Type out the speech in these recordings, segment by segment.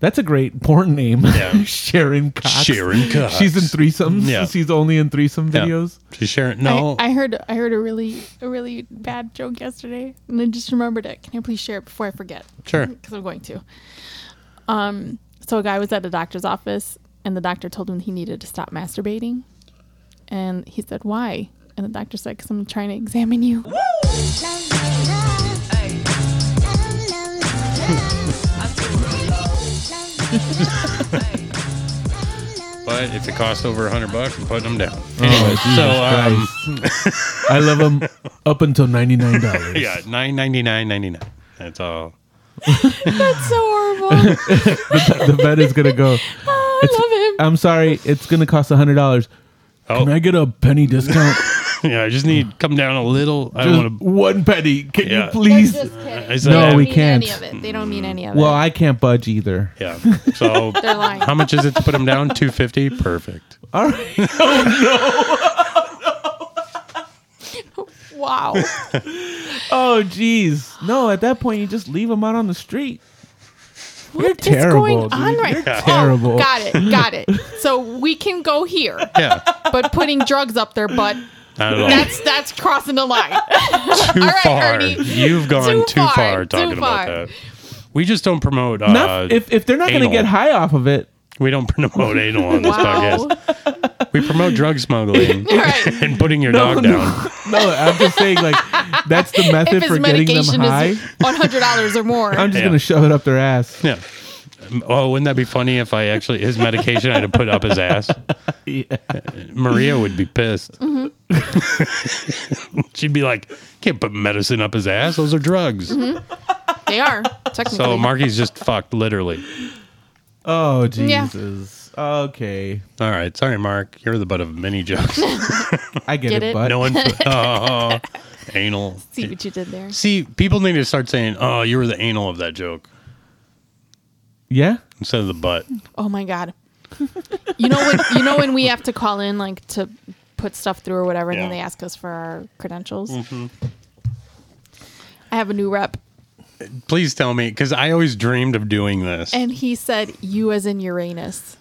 That's a great porn name. Yeah. Sharon Cox. Sharon Cox. She's in threesomes. Yeah. She's only in threesome Yeah. videos. She's sharing. No. I, I heard I heard a really a really bad joke yesterday, and I just remembered it. Can I please share it before I forget? sure. Because I'm going to. Um, so a guy was at a doctor's office, and the doctor told him he needed to stop masturbating, and he said why? And the doctor said, "Because I'm trying to examine you." But if it costs over a hundred bucks, I'm putting them down. Anyway, so um, Oh, I love them up until $99. yeah, nine ninety nine ninety nine. That's all. That's so horrible. The vet is going to go, Oh, It's- I love him. I'm sorry, it's going to cost $100. Oh, Can I get a penny discount? yeah. I just need come down a little. I Just don't want one penny. Can Yeah. you please? to. I said, No, They we don't mean can't. Any of it. They don't mean any of Well, it. I can't budge either. yeah. So They're lying. how much is it to put them down? Two fifty. Perfect. All right. Wow. Oh, geez. No, at that point, you just leave them out on the street. What is terrible, going dude. on right now? terrible. Got it. Got it. So we can go here, Yeah. but putting drugs up their butt, Not at all. that's that's crossing the line. too right, far. Ernie. You've gone too, Too far, far, talking too about far. that. We just don't promote. Uh, Not, if, if they're not going to anal. get high off of it, we don't promote anal on this Wow. podcast. We promote drug smuggling All right. and putting your No, dog no. down. no, I'm just saying, like, that's the method If for his getting them medication high. is one hundred dollars or more, I'm just Yeah. going to shove it up their ass. Yeah. Oh, wouldn't that be funny if I actually his medication I had to put up his ass? Maria would be pissed. Mm-hmm. She'd be like, "Can't put medicine up his ass. Those are drugs." Mm-hmm. they are technically. So Marky's just fucked, literally. Oh, Yeah. Jesus. Okay. All right, sorry, Mark. You're the butt of many jokes. I get, it, Get it? but No one. Oh, anal. See what you did there. See, people need to start saying, "Oh, you were the anal of that joke," yeah. instead of the butt. Oh my god. You know when you know when we have to call in like to put stuff through or whatever, and then Yeah. they ask us for our credentials. I have a new rep, Please tell me, because I always dreamed of doing this. and he said you as in Uranus.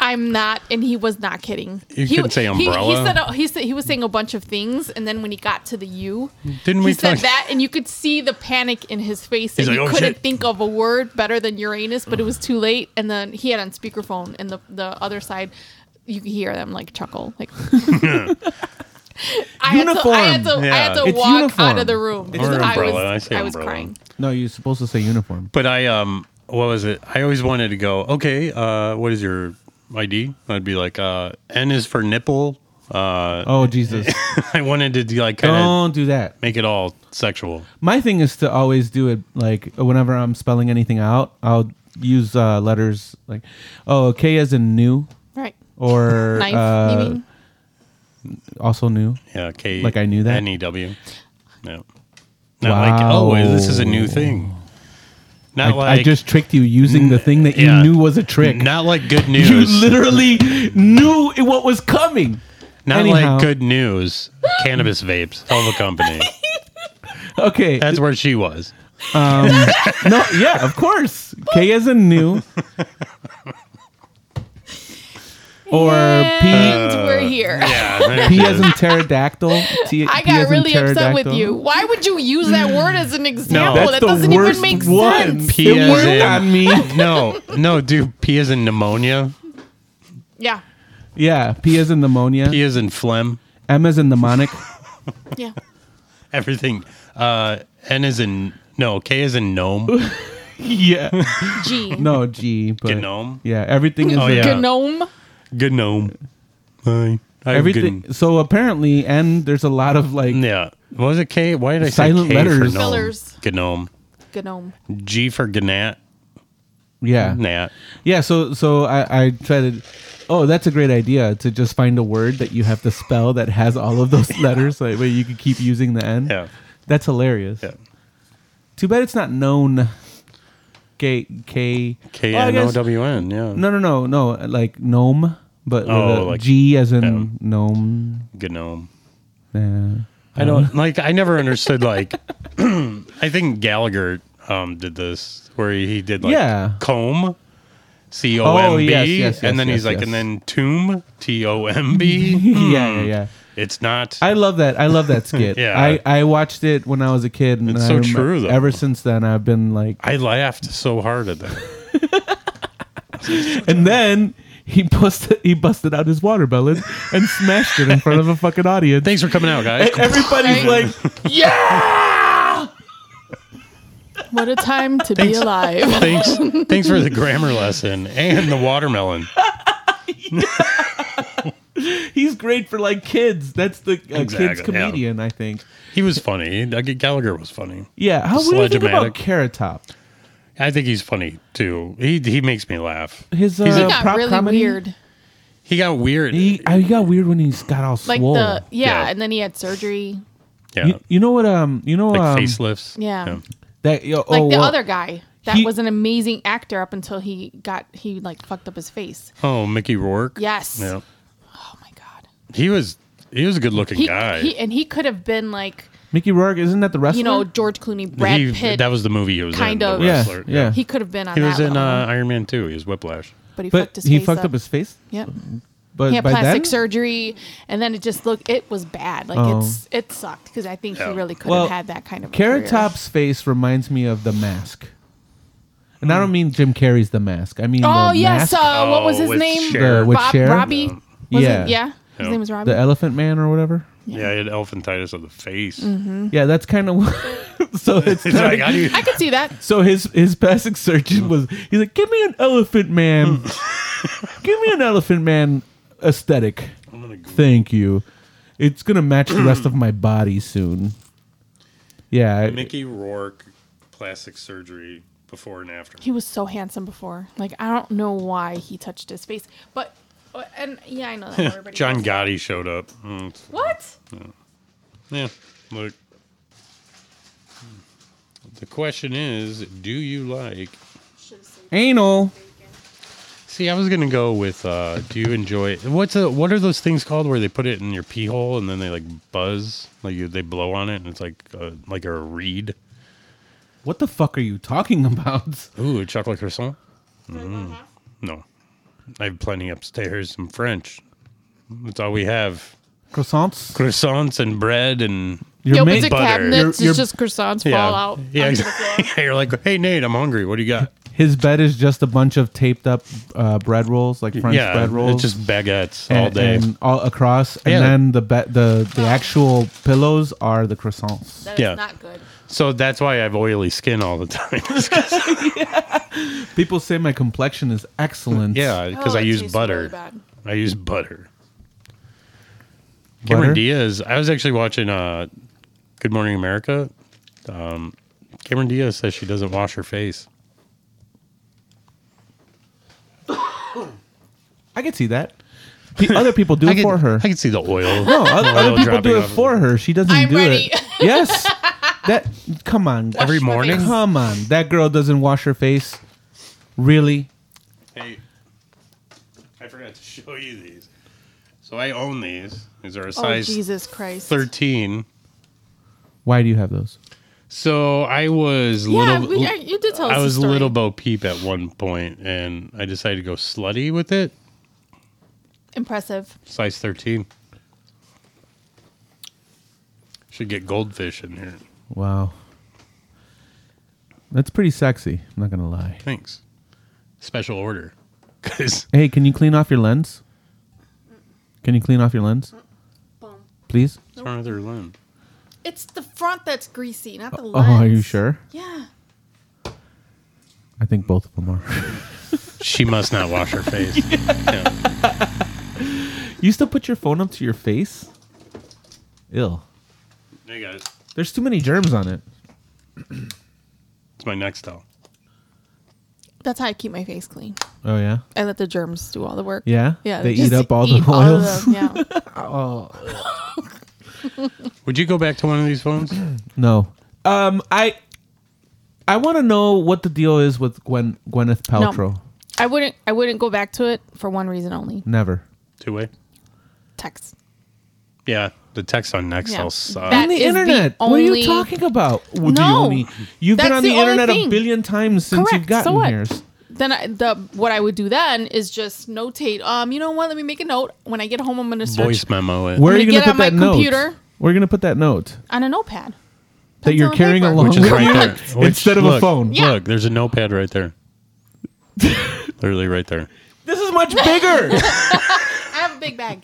I'm not, and he was not kidding. You he, couldn't say he- He, umbrella. said he said he was saying a bunch of things, and then when he got to the U, Didn't he we said talk- that, and you could see the panic in his face. He's that like, he "Oh, couldn't shit." think of a word better than Uranus, but it was too late. And then he had on speakerphone, and the the other side, you could hear them like chuckle, like. I had, to, I had to, I had Yeah. Uniform. to walk It's out of the uniform. room. Or because umbrella. I I was, say I was umbrella. crying. No, you're supposed to say uniform. But I um, what was it? I always wanted to go. Okay, uh, what is your ID? I'd be like, uh, N is for nipple. Uh, Oh, Jesus. I wanted to do like kind of Don't do that. make it all sexual. My thing is to always do it like whenever I'm spelling anything out, I'll use uh, letters like, oh, K as in new Right. or Knife, uh, you mean? also new. Yeah, K. Like I knew that? N E W. No, not like oh, wait, this is a new Wow. thing. Not Like, like I just tricked you using the thing that yeah. you knew was a trick. not like good news. you literally knew it- what was coming. Not Anyhow. like good news. Cannabis vapes. Hell of a company. Okay. That's where she was. no, yeah, of course. K as in new. or P And we're here. Uh, Yeah. P as in pterodactyl. T- I P as got in really upset with pterodactyl. you. Why would you use that word as an example? That's that doesn't even make sense. P it as worked in- on me. no, no, dude. P is in pneumonia. Yeah. Yeah, P as in pneumonia. P is in phlegm. M as in mnemonic. Yeah. Everything. Uh, N is in no. K is in gnome. yeah. G. No, G. But Gnome? Yeah, everything is. Oh, in- yeah. Gnome. Good gnome. Hi. I have good- Everything. So apparently, N, there's a lot of like. Yeah. What was it K? Why did I Silent say K for letters. gnome? Fillers. Gnome. Gnome. G for gnat. Yeah. Gnat. Yeah, so so I, I try to. Oh, that's a great idea to just find a word that you have to spell that has all of those letters, so that way you can keep using the N. Yeah. That's hilarious. Yeah. Too bad it's not known. K K K Oh, I N O guess- W N. Yeah. No, no, no, no. Like gnome, but with Oh, a like- G as in yeah. Hmm. gnome. Gnome. Yeah. I don't like. I never understood. Like, I think Gallagher um, did this. where he he did like Yeah. Oh, comb, C O M B, yes, yes, and then yes, he's like, yes. and then tomb, T O M B. yeah, yeah, yeah. It's not. I love that. I love that skit. Yeah. I, I watched it when I was a kid. And It's I so remem- true, though. Ever since then, I've been like, I laughed so hard at that. and then he busted he busted out his watermelon and smashed it in front of a fucking audience. Thanks for coming out, guys. and everybody's Right. like, What a time to be alive. thanks, thanks for the grammar lesson and the watermelon. he's great for like kids. That's the uh, kids Exactly, yeah. comedian, I think. He was funny. Like, Gallagher was funny. Yeah. How what do you think about Sledge-o-matic. Carrot Top? I think he's funny too. He he makes me laugh. His uh, He's a- It got prop really comedy. weird. He got weird. He, I, he got weird when he got all Like swole. the yeah, Yeah. and then he had surgery. yeah, you, you know what? Um, you know like um, facelifts. Yeah. that yo, Like oh, the well, other guy that he- was an amazing actor up until he got he like fucked up his face. Oh, Mickey Rourke. Yes. Yeah. Oh my god. He was he was a good looking He, guy. he and he could have been like Mickey Rourke isn't that the wrestler? you know George Clooney, Brad He- Pitt. that was the movie he was kind in. The of. Yeah, Wrestler. yeah. he could have been on. He was that in level, uh, Iron Man 2. He was Whiplash. but he fucked but his he face fucked up. up his face. Yep. But He had by plastic then, surgery, and then it just looked. It was bad. Like Oh. it's it sucked because I think Yeah. he really could Well, have had that kind of. a Carrot career. Top's face reminds me of the mask. And I don't mean Jim Carrey's The Mask. I mean Oh the yes. mask, Uh, what was Oh, his with name? Cher. The- with Bob Cher? Robbie. Was Yeah. It, yeah. His Yeah. name was Robbie. the Elephant Man or whatever. Yeah, he had elephantitis of the face. Mm-hmm. Yeah, that's kind of so. It's He's like, like, how do you- I could see that. so his his plastic surgeon was he's like, give me an Elephant Man, give me an Elephant Man aesthetic. Thank you. It's gonna match the rest of my body soon. Yeah, I- Mickey Rourke, plastic surgery before and after. He was so handsome before. Like I don't know why he touched his face, but uh, and yeah, I know that everybody. John knows. Gotti showed up. Mm, it's- What? yeah, look. The question is, do you like? anal. See, I was gonna go with. Uh, do you enjoy? What's a, what are those things called where they put it in your pee hole and then they like buzz, like you, they blow on it and it's like a, like a reed. What the fuck are you talking about? Ooh, a chocolate croissant? Mm. No. I have plenty upstairs, some French. That's all we have. Croissants. Croissants and bread and Your He main- opens a butter. cabinet. Your- it's your- just croissants yeah. fall out. Yeah, onto the exactly. floor. Yeah, you're like, hey Nate, I'm hungry. What do you got? His bed is just a bunch of taped up uh, bread rolls, like French yeah, bread rolls. it's just baguettes a- all day. and all across, Yeah. and then the be- the the actual pillows are the croissants. That is Yeah. not good. so that's why I have oily skin all the time. 'Cause- People say my complexion is excellent. yeah, because Oh, I it use tastes butter. really bad. I use butter. Butter? Cameron Diaz. I was actually watching uh, Good Morning America. Um, Cameron Diaz says she doesn't wash her face. I could see that. Pe- other people do I it could- for her. I can see the oil. no, oth- oil other people dropping do it off of for her. She doesn't I'm do ready. it. Yes, that come on, Every Wash my morning? face. come on. That girl doesn't wash her face. Really? Hey, I forgot to show you these. So I own these. These are a Oh size Jesus Christ! 13. Why do you have those? So I was Yeah, little. we, I, you did tell us. I the was story. little Bo Peep at one point, and I decided to go slutty with it. impressive. Size 13. Should get goldfish in here. Wow. That's pretty sexy. I'm not gonna lie. Thanks. Special order. Because Hey, can you clean off your lens? Can you clean off your lens, Boom. please? it's another limb. It's the front that's greasy, not the Oh, lens. are you sure? Yeah. I think both of them are. She must not wash her face. Yeah. you still put your phone up to your face? Ill. Hey guys, There's too many germs on it. it's my next towel. That's how I keep my face clean. Oh yeah. I let the germs do all the work. Yeah? Yeah. They just eat up all the eat of oils? them, yeah. Would you go back to one of these phones? No. Um, I I want to know what the deal is with Gwen Gwyneth Paltrow. I wouldn't. I wouldn't go back to it for one reason only: Never. Two way. text. Yeah, The text on Nextel Yeah. sucks. That on the is the internet. what are only- you talking about? Well, the No. only- You've been That's on the, the only internet a thing. billion times since Correct. you've gotten so what? here. Then I, the what I would do then is just notate. Um, you know what? Let me make a note. When I get home, I'm gonna search Voice memo. It. Where are gonna you going to get put on my that note? computer. Where are you going to put that note on a notepad. that you're and carrying paper. along Which is with right you? there. Which- Instead of a look, phone. Yeah. Look, there's a notepad right there. Literally right there. This is much bigger. I have a big bag.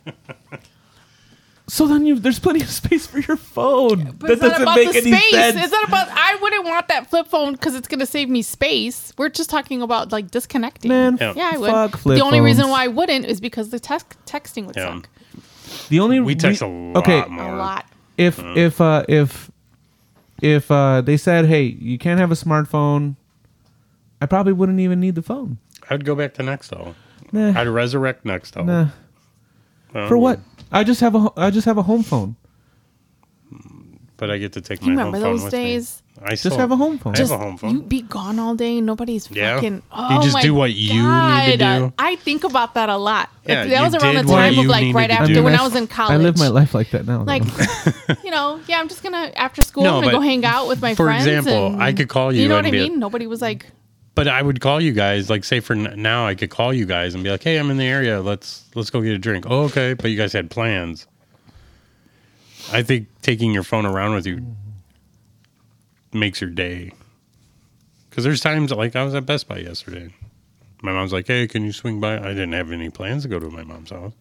so then you, there's plenty of space for your phone. But that it's not doesn't about make the any space. sense. It's not about. I wouldn't want that flip phone because it's gonna save me space. We're just talking about like disconnecting. Man, Yeah. yeah, I would. fuck flip the only reason phones. why I wouldn't is because the text texting would Yeah. suck the only We text a lot Okay, more. a lot. if if uh if if uh they said hey you can't have a smartphone i probably wouldn't even need the phone I would go back to Nextel. Nah. I'd resurrect Nextel. nah Um, for what i just have a ho- i just have a home phone But I get to take You my remember home phone those with days? Me. I just have a home phone I have a home You phone. be gone all day. and Nobody's Yeah. fucking. You Oh just my do what you God. need to do. I think about that a lot. Yeah, that was you around the did what time of you like needed right to after do. when mean, I was in college. i live my life like that now though. Like, you know, yeah, I'm just gonna after school, No, I'm gonna but go hang out with my for friends. example, and- I could call you You know and what I be- mean? Nobody was like, But I would call you guys, like say for n- now, I could call you guys and be like, "Hey, I'm in the area. Let's let's go get a drink." Oh, okay. But you guys had plans. I think taking your phone around with you makes your day. Because there's times like I was at Best Buy yesterday. My mom's like, "Hey, can you swing by?" I didn't have any plans to go to my mom's house.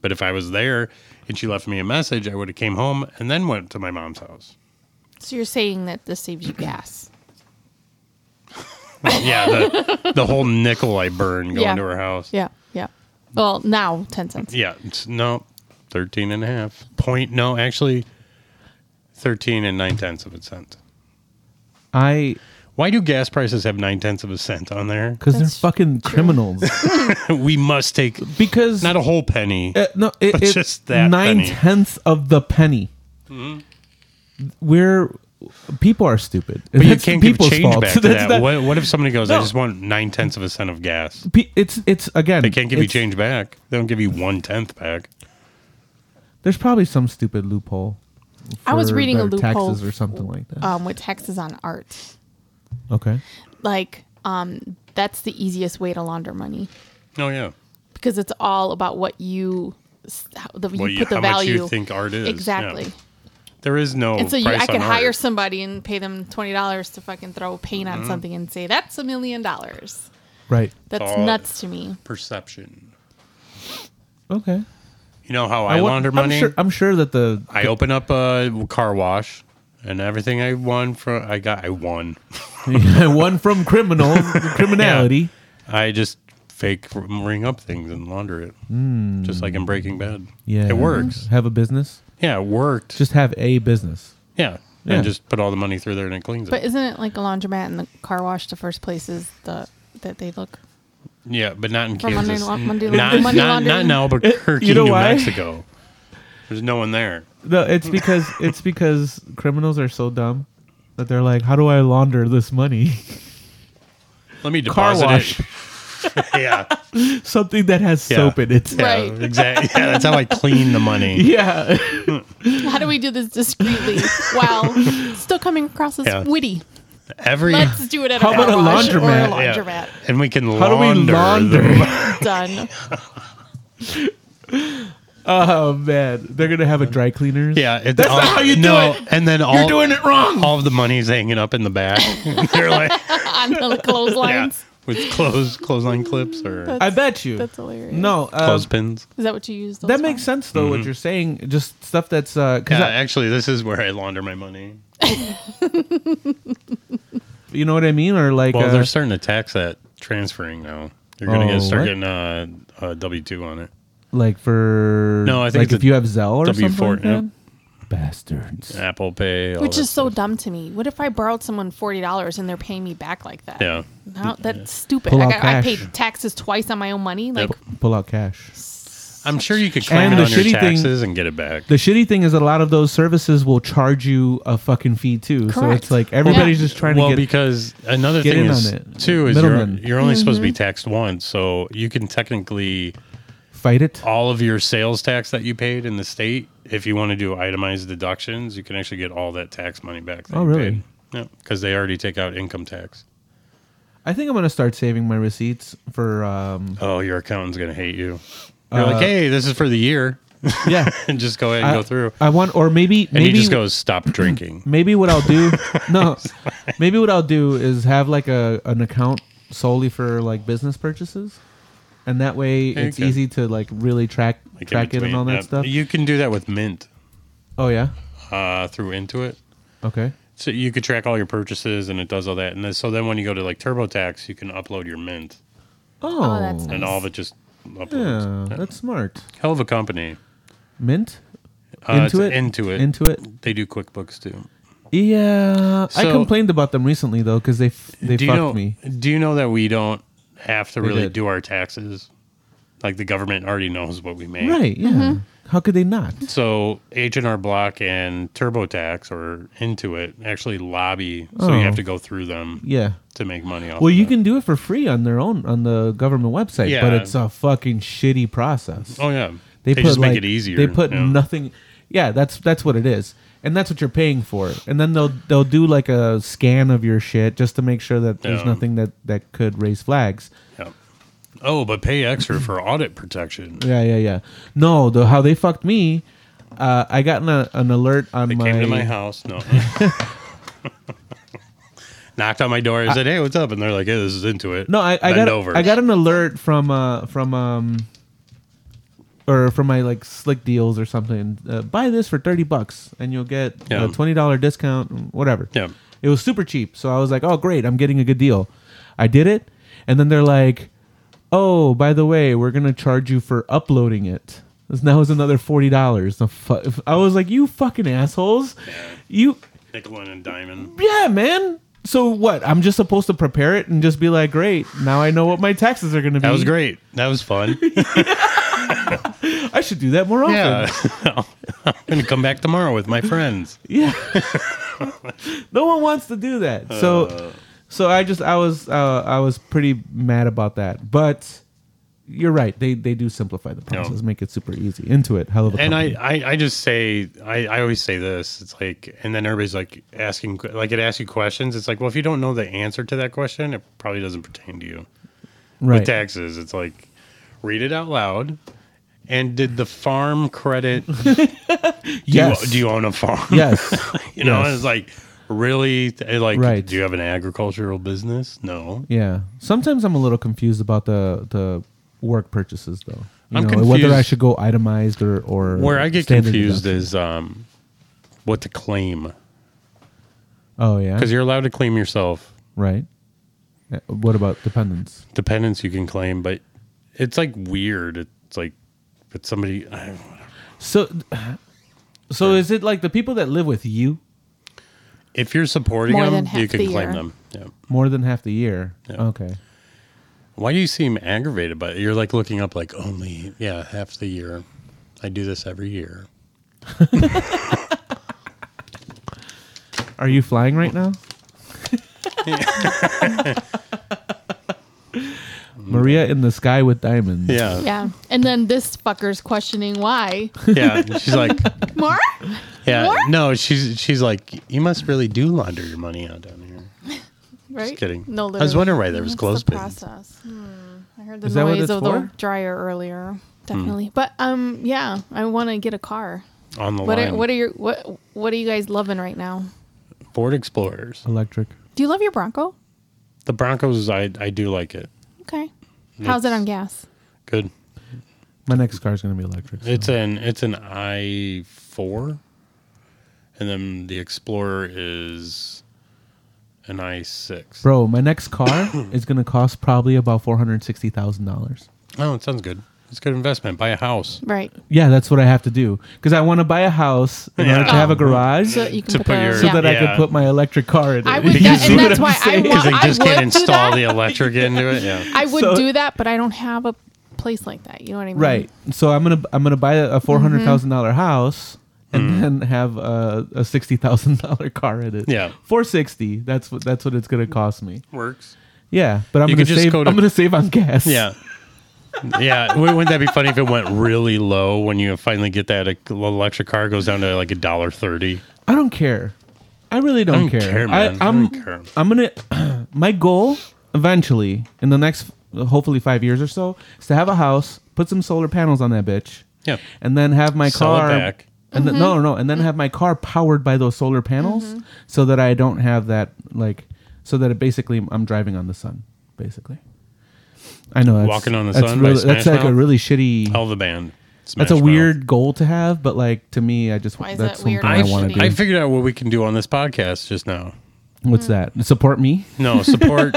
But if I was there and she left me a message, I would have came home and then went to my mom's house. so you're saying that this saves you gas. Yeah, the, the whole nickel I burned going Yeah. to her house. Yeah, yeah. Well, now ten cents. Yeah, it's, no, 13 and a half. Point, no, actually, 13 and 9 tenths of a cent. i Why do gas prices have 9 tenths of a cent on there? because they're That's fucking criminals we must take because not a whole penny. Uh, no, it, But it's just that nine penny. Mm-hmm. tenths of the penny. We're people are stupid. but you That's the can't give people's change fault. back to That's that. not- What, what if somebody goes, I No. just want 9 tenths of a cent of gas? pe- It's it's again. They can't give you it's- change back. They don't give you one tenth back. There's probably some stupid loophole. I was for reading a their loophole taxes or something like that. Um, with taxes on art, okay, like, um, that's the easiest way to launder money. Oh, yeah. because it's all about what you s- how, the, you What you- put the how much value you think art is. yeah. exactly. There is no. And so you, price I could on hire art. Mm-hmm. somebody and pay them twenty dollars to fucking throw paint on something and say that's a million dollars. right, That's all- nuts to me. perception. okay. You know how I, wa- launder I'm money? Sure, I'm sure that the I open up a car wash, and everything I won from I got I won. one from criminal criminality. I just fake ring up things and launder it, just like in Breaking Bad. Hmm. Yeah. it works. Have a business. Yeah, it worked. Just have a business. yeah. Yeah. and just put all the money through there and it cleans But it. isn't it like a laundromat and the car wash the first places the that they look? Yeah, but not in For Kansas. money laun- N- money laun- not, money not, laundering. not in Albuquerque, You know New why? Mexico. There's no one there. No, it's because it's because criminals are so dumb that they're like, how do I launder this money? Let me Car deposit wash, it. yeah, something that has soap Yeah. in it. yeah, Right. exactly. Yeah, that's how I clean the money. Yeah, How do we do this discreetly while still coming across as Yeah. witty? Every Let's do it at How a, about a car wash or laundromat? Yeah. a laundromat. and we can how do we launder. launder? the- Done. oh man, they're gonna have a dry cleaners. Yeah, it, That's not how you do it. And then all you're doing it wrong. all of the money's hanging up in the back. They're like, On the yeah, clotheslines. with clothes clothesline clips or I bet you. That's hilarious. No, uh, clothespins. Is that what you use? those that for? makes sense though. What you're saying, just stuff that's uh, cause Mm-hmm. Yeah, I- actually, this is where I launder my money. you know what I mean, or like, Well, uh, they're starting to tax that transferring now. You're gonna Oh, get start what? getting uh, a W two on it. like for No, I think like it's if a you have Zelle or something W4, like that. Bastards. Apple Pay, all Which that is so dumb to me. What if I borrowed someone forty dollars and they're paying me back like that? Yeah. No, that's stupid. Pull I, out got, I cash. paid taxes twice on my own money. Like, Pull out cash. stuff. I'm sure you could And claim it the on your shitty thing- taxes and get it back. The shitty thing is that a lot of those services will charge you a fucking fee too. So Correct. it's like everybody's Yeah. just trying well, to get because another get thing in is on it. too is you're Middlemen. you're only supposed to be taxed once, so you can technically Fight it. all of your sales tax that you paid in the state, if you want to do itemized deductions, you can actually get all that tax money back. That Oh, you really? Paid. Yeah, because they already take out income tax. I think I'm gonna start saving my receipts for. Um, Oh, your accountant's gonna hate you. You're like, hey, this is for the year, yeah, and just go ahead Uh, and I, go through. I want, or maybe And maybe he just goes, stop drinking. maybe what I'll do. no, maybe what I'll do is have like a an account solely for like business purchases, and that way There you it's go. easy to like really track Like in track it and between. all that Yeah. stuff. You can do that with Mint Oh yeah. uh, through Intuit. Okay. So you could track all your purchases, and it does all that. And then, so then when you go to like TurboTax, you can upload your Mint, Oh, that's nice. and all of it just uploads. Uh, yeah, that's smart. Hell of a company. Mint. Uh, it's Intuit? Intuit. Into it. They do QuickBooks too. Yeah, I So- complained about them recently though because they f- they do fucked you know? me. Do you know that we don't have to They really did. do our taxes? Like the government already knows what we make. Right? Yeah. How could they not? So H and R Block and TurboTax or Intuit actually lobby, so Oh. you have to go through them Yeah. to make money off. Well, of you it. can do it for free on their own on the government website, but Yeah. it's a fucking shitty process. Oh yeah, They, put just like, make it easier. They put yeah. nothing. Yeah, that's that's what it is, and that's what you're paying for. And then they'll they'll do like a scan of your shit just to make sure that there's Yeah. nothing that that could raise flags. Yeah. Oh, but pay extra for audit protection. Yeah, yeah, yeah. No, the how they fucked me. Uh, I got an, an alert on They my, came to my house. No. Knocked on my door. I said, "Hey, what's up?" And they're like, "Hey, this is into it." no. I, I Bend got over. I got an alert from uh from um or from my like slick deals or something. Uh, buy this for thirty bucks and you'll get Yeah. a twenty dollar discount. Whatever. Yeah. It was super cheap, so I was like, "Oh, great! I'm getting a good deal." I did it, and then they're like, "Oh, by the way, we're gonna charge you for uploading it." This now is another forty dollars. The fu- I was like, "You fucking assholes! You Nickel and diamond. yeah, man." So what? I'm just supposed to prepare it and just be like, "Great, now I know what my taxes are gonna be." That was great. That was fun. I should do that more often. yeah. I'm going to come back tomorrow with my friends. Yeah. no one wants to do that. Uh. So so I just I was uh, I was pretty mad about that. But you're right. They they do simplify the process, make it super easy. Into it. Hell of a And I, company. I, I just say, I, I always say this. It's like, and then everybody's like asking, like it asks you questions. It's like, well, if you don't know the answer to that question, it probably doesn't pertain to you. right. With taxes, it's like, read it out loud. And did the farm credit? Do, yes. you, do you own a farm? yes. you know, Yes. and it's like, really? And Like, Right. do you have an agricultural business? No. Yeah. Sometimes I'm a little confused about the the work purchases though. You I'm know, whether I confused. should go itemized or or Where I get standard confused deduction. is um, what to claim Oh yeah. because you're allowed to claim yourself. Right. Yeah, What about dependents? Dependents you can claim, but it's like weird. It's like, but somebody, I, So so is it like the people that live with you if you're supporting More than them, half you can the claim year. them. Yeah. More than half the year. Okay. Why do you seem aggravated? But you're like looking up, like only yeah, half the year. I do this every year. Are you flying right now? Maria in the sky with diamonds. Yeah, yeah. Yeah. And then this fucker's questioning why. She's like, More? yeah, What? no. She's she's like, you must really do launder your money out down here. Right? kidding. No, I was literally. wondering why there was It's the clothespins. process. Hmm. I heard the Is that what noise it's of for? Hmm. the dryer earlier. Definitely. But um yeah, I want to get a car. On the What line, are, what are your what what are you guys loving right now? Ford Explorers. Electric. Do you love your Bronco? The Broncos, I I do like it. Okay. How's it on gas? Good. My next car is going to be electric. so- It's an it's an i four, and then the Explorer is an i six. Bro, my next car is going to cost probably about $460,000. Oh, it sounds good. It's a good investment. Buy a house Right. Yeah, that's what I have to do because I want to buy a house in order to Yeah. have a garage So Mm. so, that you can To put, put the- your- yeah. that I Yeah. can put my electric car in. I it. would You that, see and what that's I'm why I saying? because want they I just can't would do install that. the electric into it. Yeah, I would So- do that, but I don't have a place like that. You know what I mean? Right. So I'm gonna I'm gonna buy a a four hundred dollar Mm-hmm. house and then have a, a sixty thousand dollar car in it. Yeah. Four sixty. That's what that's what it's gonna cost me. works. Yeah. But I'm You gonna could just save. go to- I'm gonna save on gas. Yeah. yeah, wou- wouldn't that be funny if it went really low when you finally get that ec- electric car goes down to like a dollar thirty? I don't care. I really don't, don't care, man. I am don't care. I'm gonna. My goal, eventually, in the next hopefully five years or so, is to have a house, put some solar panels on that bitch, Yeah, and then have my Sell it car. back. And then, Mm-hmm. no, no, no, and then have my car powered by those solar panels, so that I don't have that like, so that it basically I'm driving on the sun, basically. I know that's, Walking on the that's Sun by really- that's Smash like a Mouth? really shitty. all the band. Smash that's a Mouth. weird goal to have, but like to me, I just Why is that's that weird? something I I, I've- want to do. I figured out what we can do on this podcast just now. What's Mm. that? Support me? No support,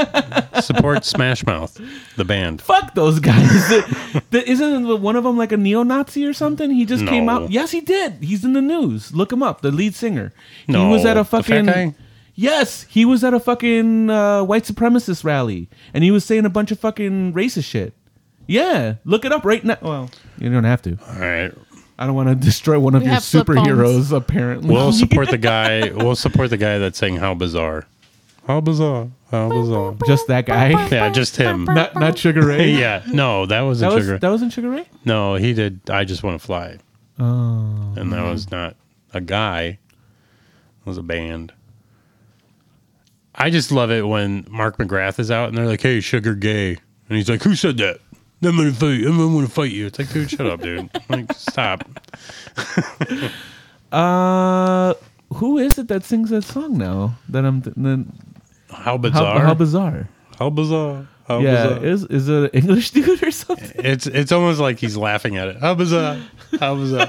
support Smash Mouth, the band. Fuck those guys. The- the- isn't the- one of them like a neo Nazi or something? He just came No. out. Yes, he did. He's in the news. Look him up. The lead singer. No, He was at a the fat fucking. guy? Yes, he was at a fucking uh, white supremacist rally and he was saying a bunch of fucking racist shit. Yeah, look it up right now. Well, you don't have to. All right, I don't want to destroy one of We your have flip phones. superheroes, apparently. we'll support the guy. We'll support the guy that's saying how bizarre, how bizarre, how bizarre. just that guy. Yeah, just him. not, not Sugar Ray. Yeah, no, that wasn't That was, sugar. that was in Sugar Ray? no, he did. I just want to fly, Oh. and that was not a guy. It was a band. I just love it when Mark McGrath is out and they're like, "Hey, sugar gay," and he's like, "Who said that?" I'm gonna fight. you. I'm gonna fight you. It's like, dude, shut up, dude. Like, stop. Uh, who is it that sings that song now? That I'm th- then How how, bizarre. how bizarre? How bizarre. How yeah, bizarre. is is it an English dude or something? It's it's almost like he's laughing at it. How bizarre. How bizarre.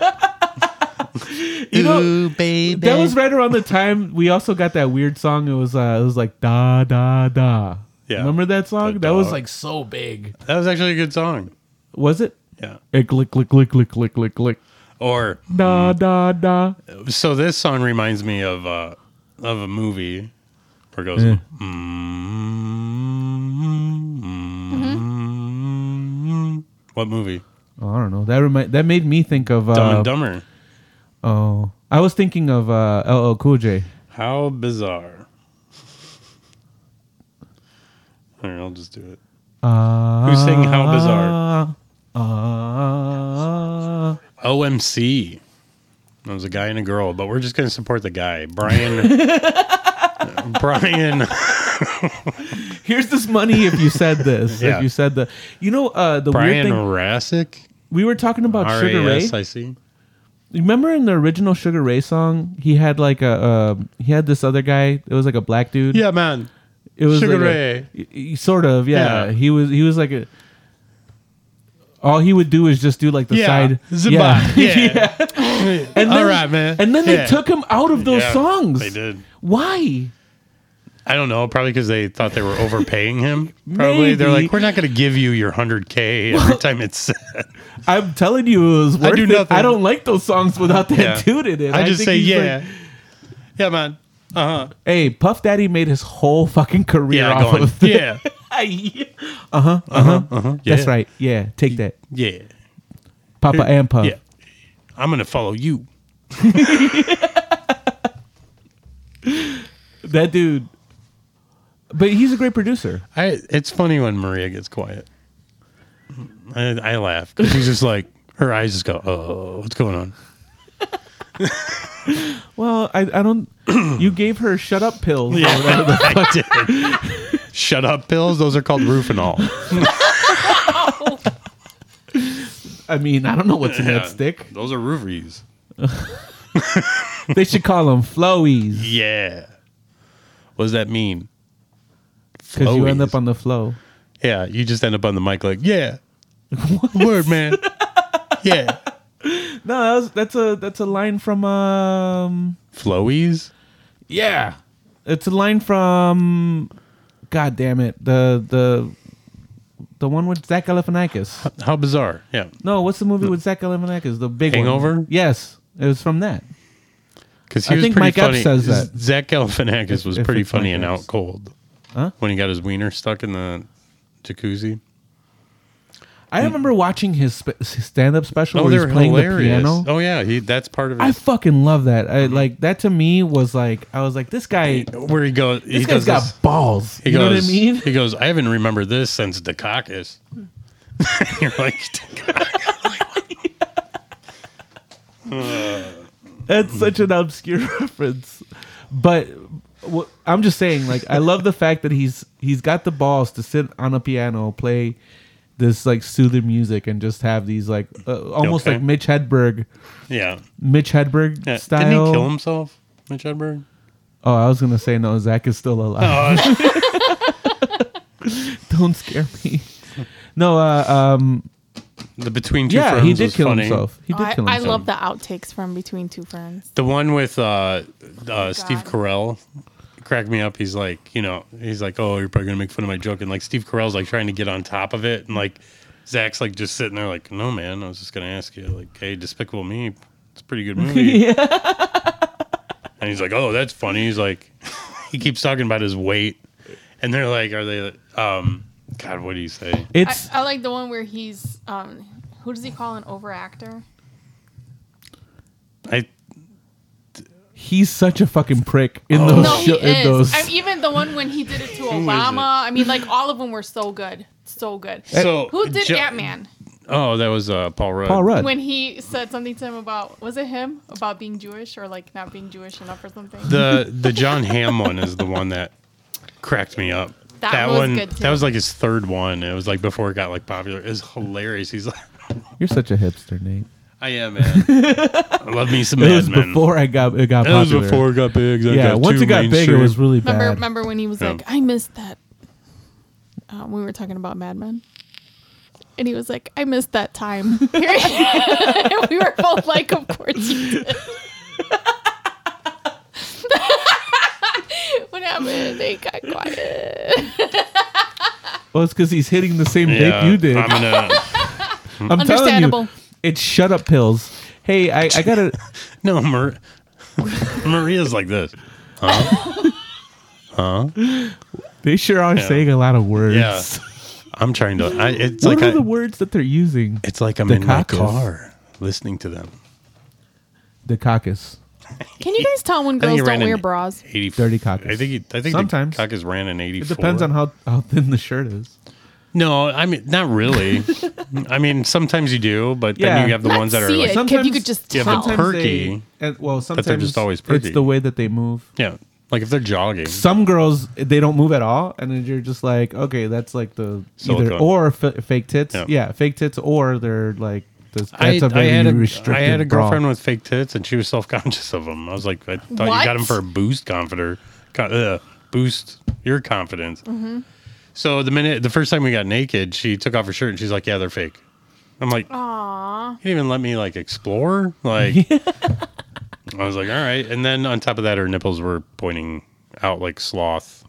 You know, baby. That was right around the time we also got that weird song. It was uh, it was like da da da. Yeah. remember that song? The that was dog. like so big. that was actually a good song. Was it? Yeah. Eh, Click click click click click click click. Or Mm. Da da da. so this song reminds me of uh of a movie where it goes Yeah. mm What movie? Oh, I don't know. That remind that made me think of uh, Dumb and Dumber. oh, I was thinking of uh, LL Cool J. How bizarre. All right, I'll just do it. Uh, Who sang How Bizarre? Uh, OMC. That was a guy and a girl, but we're just going to support the guy, Brian. Brian, here's this money if you said this. Yeah. If you said the, you know, uh, the Brian weird thing Rasic, we were talking about R Sugar A Ray. S I C. Remember in the original Sugar Ray song, he had like a uh, he had this other guy. It was like a black dude. Yeah, man. it was Sugar like a- Ray. y- y- sort of. Yeah. Yeah. he was he was like a. All he would do is just do like the Yeah, side. Zumba. Yeah. And then, All right, man. And then Yeah. they took him out of those Yeah, songs. They did. Why? I don't know. Probably because they thought they were overpaying him. Probably they're Maybe. like, we're not going to give you your hundred k every time it's said. I'm telling you, it was worth I do do nothing. I don't like those songs without that Yeah. dude in it. I just think say, he's yeah, like- yeah, man. Uh huh. hey, Puff Daddy made his whole fucking career Yeah, off going, of this. yeah, yeah. uh-huh. That's right. Yeah, take that, Yeah, Papa and Puff. yeah. I'm going to follow you. That dude. But he's a great producer. I it's funny when Maria gets quiet. I, I laugh 'cause she's just like her eyes just go, "Oh, what's going on?" Well, I, I don't. you gave her shut up pills. Yeah, I did. Shut up pills. Those are called Rufinol. I mean, I don't know what's in Yeah. that stick. Those are Ruveries. They should call them flowies Yeah. What does that mean? because you end Flowies. up on the flow. Yeah, you just end up on the mic like, yeah, word man. Yeah, No, that was, that's a that's a line from um. flowies. Yeah. It's a line from God damn it. The the the one with Zach Galifianakis. How bizarre. Yeah, No, what's the movie with Zach Galifianakis? The big Hangover? One. Yes. It was from that. because he I was think pretty Mike Epps funny. says that. Zach Galifianakis If- was if pretty it's funny Mike and Epps. out cold. Huh? When he got his wiener stuck in the jacuzzi. I remember watching his, sp- his stand-up special Oh, where they're he's playing the hilarious. piano. Oh yeah, he that's part of I it. fucking love that. I like that to me was like I was like this guy Where he goes, he this guy's does got this- balls. He you goes, know what I mean? He goes, I haven't remembered this since Dukakis. You're like, That's such an obscure reference. But wh- I'm just saying, like, I love the fact that he's he's got the balls to sit on a piano, play this like soothing music, and just have these like uh, almost Okay. like Mitch Hedberg, yeah. Mitch Hedberg yeah. style. Didn't he kill himself, Mitch Hedberg? Oh, I was gonna say no. Zach is still alive. Oh, Don't scare me. No, uh, um, the Between Two yeah, Ferns he did was kill funny. himself. He did Oh, I, kill I himself. love the outtakes from Between Two Ferns. The one with uh, uh, Steve Oh, God. Carell cracked me up. He's like, you know, he's like, oh, you're probably gonna make fun of my joke, and like Steve Carell's like trying to get on top of it, and like Zach's like just sitting there like, no, man, I was just gonna ask you, like, hey, Despicable Me, it's a pretty good movie, yeah, and he's like, oh, that's funny. He's like, he keeps talking about his weight, and they're like, are they, um, God, what do you say? I, uh, it's I like the one where he's um, who does he call an overactor? I he's such a fucking prick Oh. in those. No, he sho- in is. Oh, those. I, even the one when he did it to is Obama. it? I mean, like all of them were so good, so good. so Who did Jo- Ant Man Oh, that was uh, Paul Rudd. Paul Rudd. when he said something to him about was it him about being Jewish or like not being Jewish enough or something? the the John Hamm one is the one that cracked me up. That was one good, too. that was like his third one. It was like before it got like popular. It was hilarious. He's like, You're such a hipster, Nate. I am man. I love me some it was Mad Men. before I got it got That was popular. before it got big. That yeah, once too it got big, it mainstream. was really bad. remember, remember when he was Yeah. like, I missed that. Um, we were talking about Mad Men. And he was like, I missed that time. And we were both like, Of course you did. what happened? They got quiet. Well, it's because he's hitting the same Yeah, date you did. I'm I'm, gonna. telling Understandable. you, it's shut up pills. Hey, I, I gotta. No, Mar- Maria's like this. They sure are saying a lot of words. Yeah, I'm trying to. I, it's What like are I, the words that they're using? it's like I'm the in my cockers? car listening to them. The caucus, Can you guys tell when think he girls don't ran in- wear bras? Eighty dirty caucus. I think he, I think Sometimes. the cock is ran in eighty. it depends on how, how thin the shirt is. No, I mean not really. I mean sometimes you do, but Yeah. then you have the Not ones that are see like it. If you could just Yeah, tell. but per- Perky. They, and, well, sometimes just always perky. It's the way that they move. yeah, like if they're jogging. Some girls they don't move at all, and then you're just like, okay, that's like the either Silicone. or f- fake tits. Yeah. Yeah. fake tits, or they're like this, that's I, a I very had a, restricted. I had a bra. girlfriend with fake tits and she was self conscious of them. I was like, I thought you got What? them for a boost confiter, co- uh, boost your confidence. Mm-hmm. So the minute the first time we got naked, she took off her shirt and she's like, "Yeah, they're fake." I'm like, Aw. You didn't even let me like explore. Like, I was like, all right. And then on top of that, her nipples were pointing out like sloth.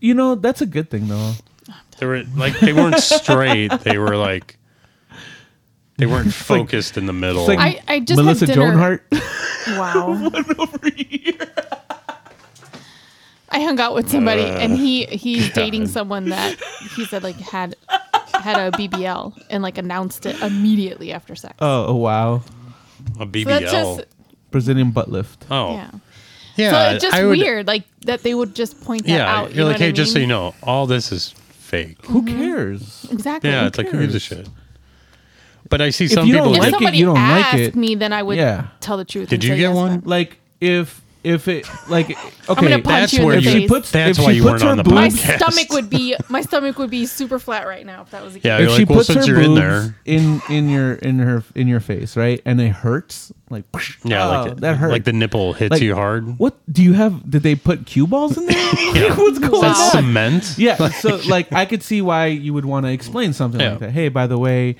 You know, that's a good thing though. They were like they weren't straight. They were like they weren't like- focused in the middle. It's like I- I just Melissa had dinner- Joan Hart. Wow. I hung out with somebody Uh, and he he's dating someone that he said like had had a BBL and like announced it immediately after sex. Oh, oh, wow, a so that's BBL. just Brazilian butt lift. oh yeah. yeah, so it's just I would- weird like that they would just point that Yeah, out. you you're know like, what hey, I just so mean? you know, all this is fake. Who cares? Exactly. Yeah, it's like who gives a cares? shit. But I see some you don't people. if like Like, it, somebody you don't like asked it. me then I would Yeah. tell the truth. Did and you say get yes, one? but- Like if if it like okay, gonna punch that's you in where the if you. she face. puts that's if why she you puts weren't her on the my boobs, podcast. stomach would be my stomach would be super flat right now if that was the Yeah, case. if you're she like, well, puts since her you're in boobs there, in in your in her in your face, right, and it hurts, like yeah, oh, like that hurts. Like the nipple hits you hard. What do you have? Did they put cue balls in there? Yeah. What's going Wow. That's on? cement. Yeah, so like I could see why you would want to explain something Yeah. like that. Hey, by the way,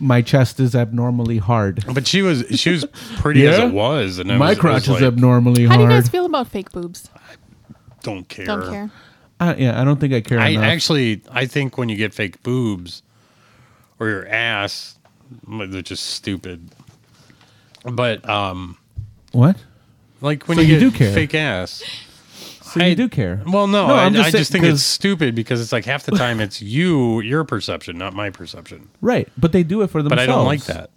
my chest is abnormally hard. But she was she was pretty as Yeah? it was, and I My was, crotch I was is like, abnormally How do hard. you guys feel about fake boobs? Don't care. Don't care. I, yeah, I don't think I care I enough. actually I think when you get fake boobs or your ass, mm, they're just stupid. But um, what? like when So you, you get do care. fake ass. So you do care? Well, no, I, I'm I saying- just think it's 'cause- stupid because it's like half the time it's you, your perception, not my perception. right, but they do it for But themselves. I don't like that.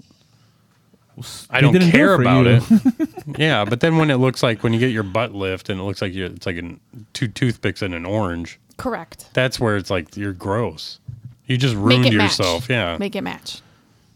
I They don't didn't do care it for about you. it. yeah, but then when it looks like when you get your butt lift and it looks like you it's like an, two toothpicks and an orange, Correct. that's where it's like you're gross. You just Make ruined it yourself. match. Yeah. Make it match.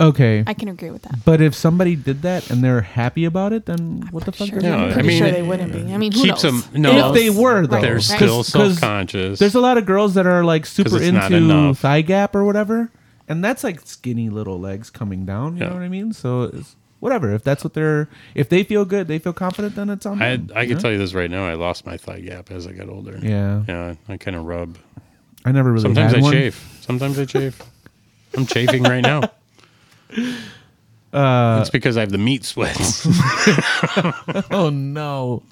Okay. I can agree with that. but if somebody did that and they're happy about it, then what the Pretty fuck? sure- is Yeah, wrong I'm with I them? pretty mean, sure they wouldn't be. I mean, who keeps knows? 'em- no. if they were though, They're Right. still 'Cause- 'cause self conscious. There's a lot of girls that are like super 'Cause it's not into enough. thigh gap or whatever, and that's like skinny little legs coming down. You Yeah. know what I mean? So it's, whatever. If that's what they're, if they feel good, they feel confident, then it's on. I them, I you can know? tell you this right now. I lost my thigh gap as I got older. Yeah. Yeah. I kind of rub. I never really. Sometimes had I one. chafe. Sometimes I chafe. I'm chafing right now. Uh, It's because I have the meat sweats. oh no.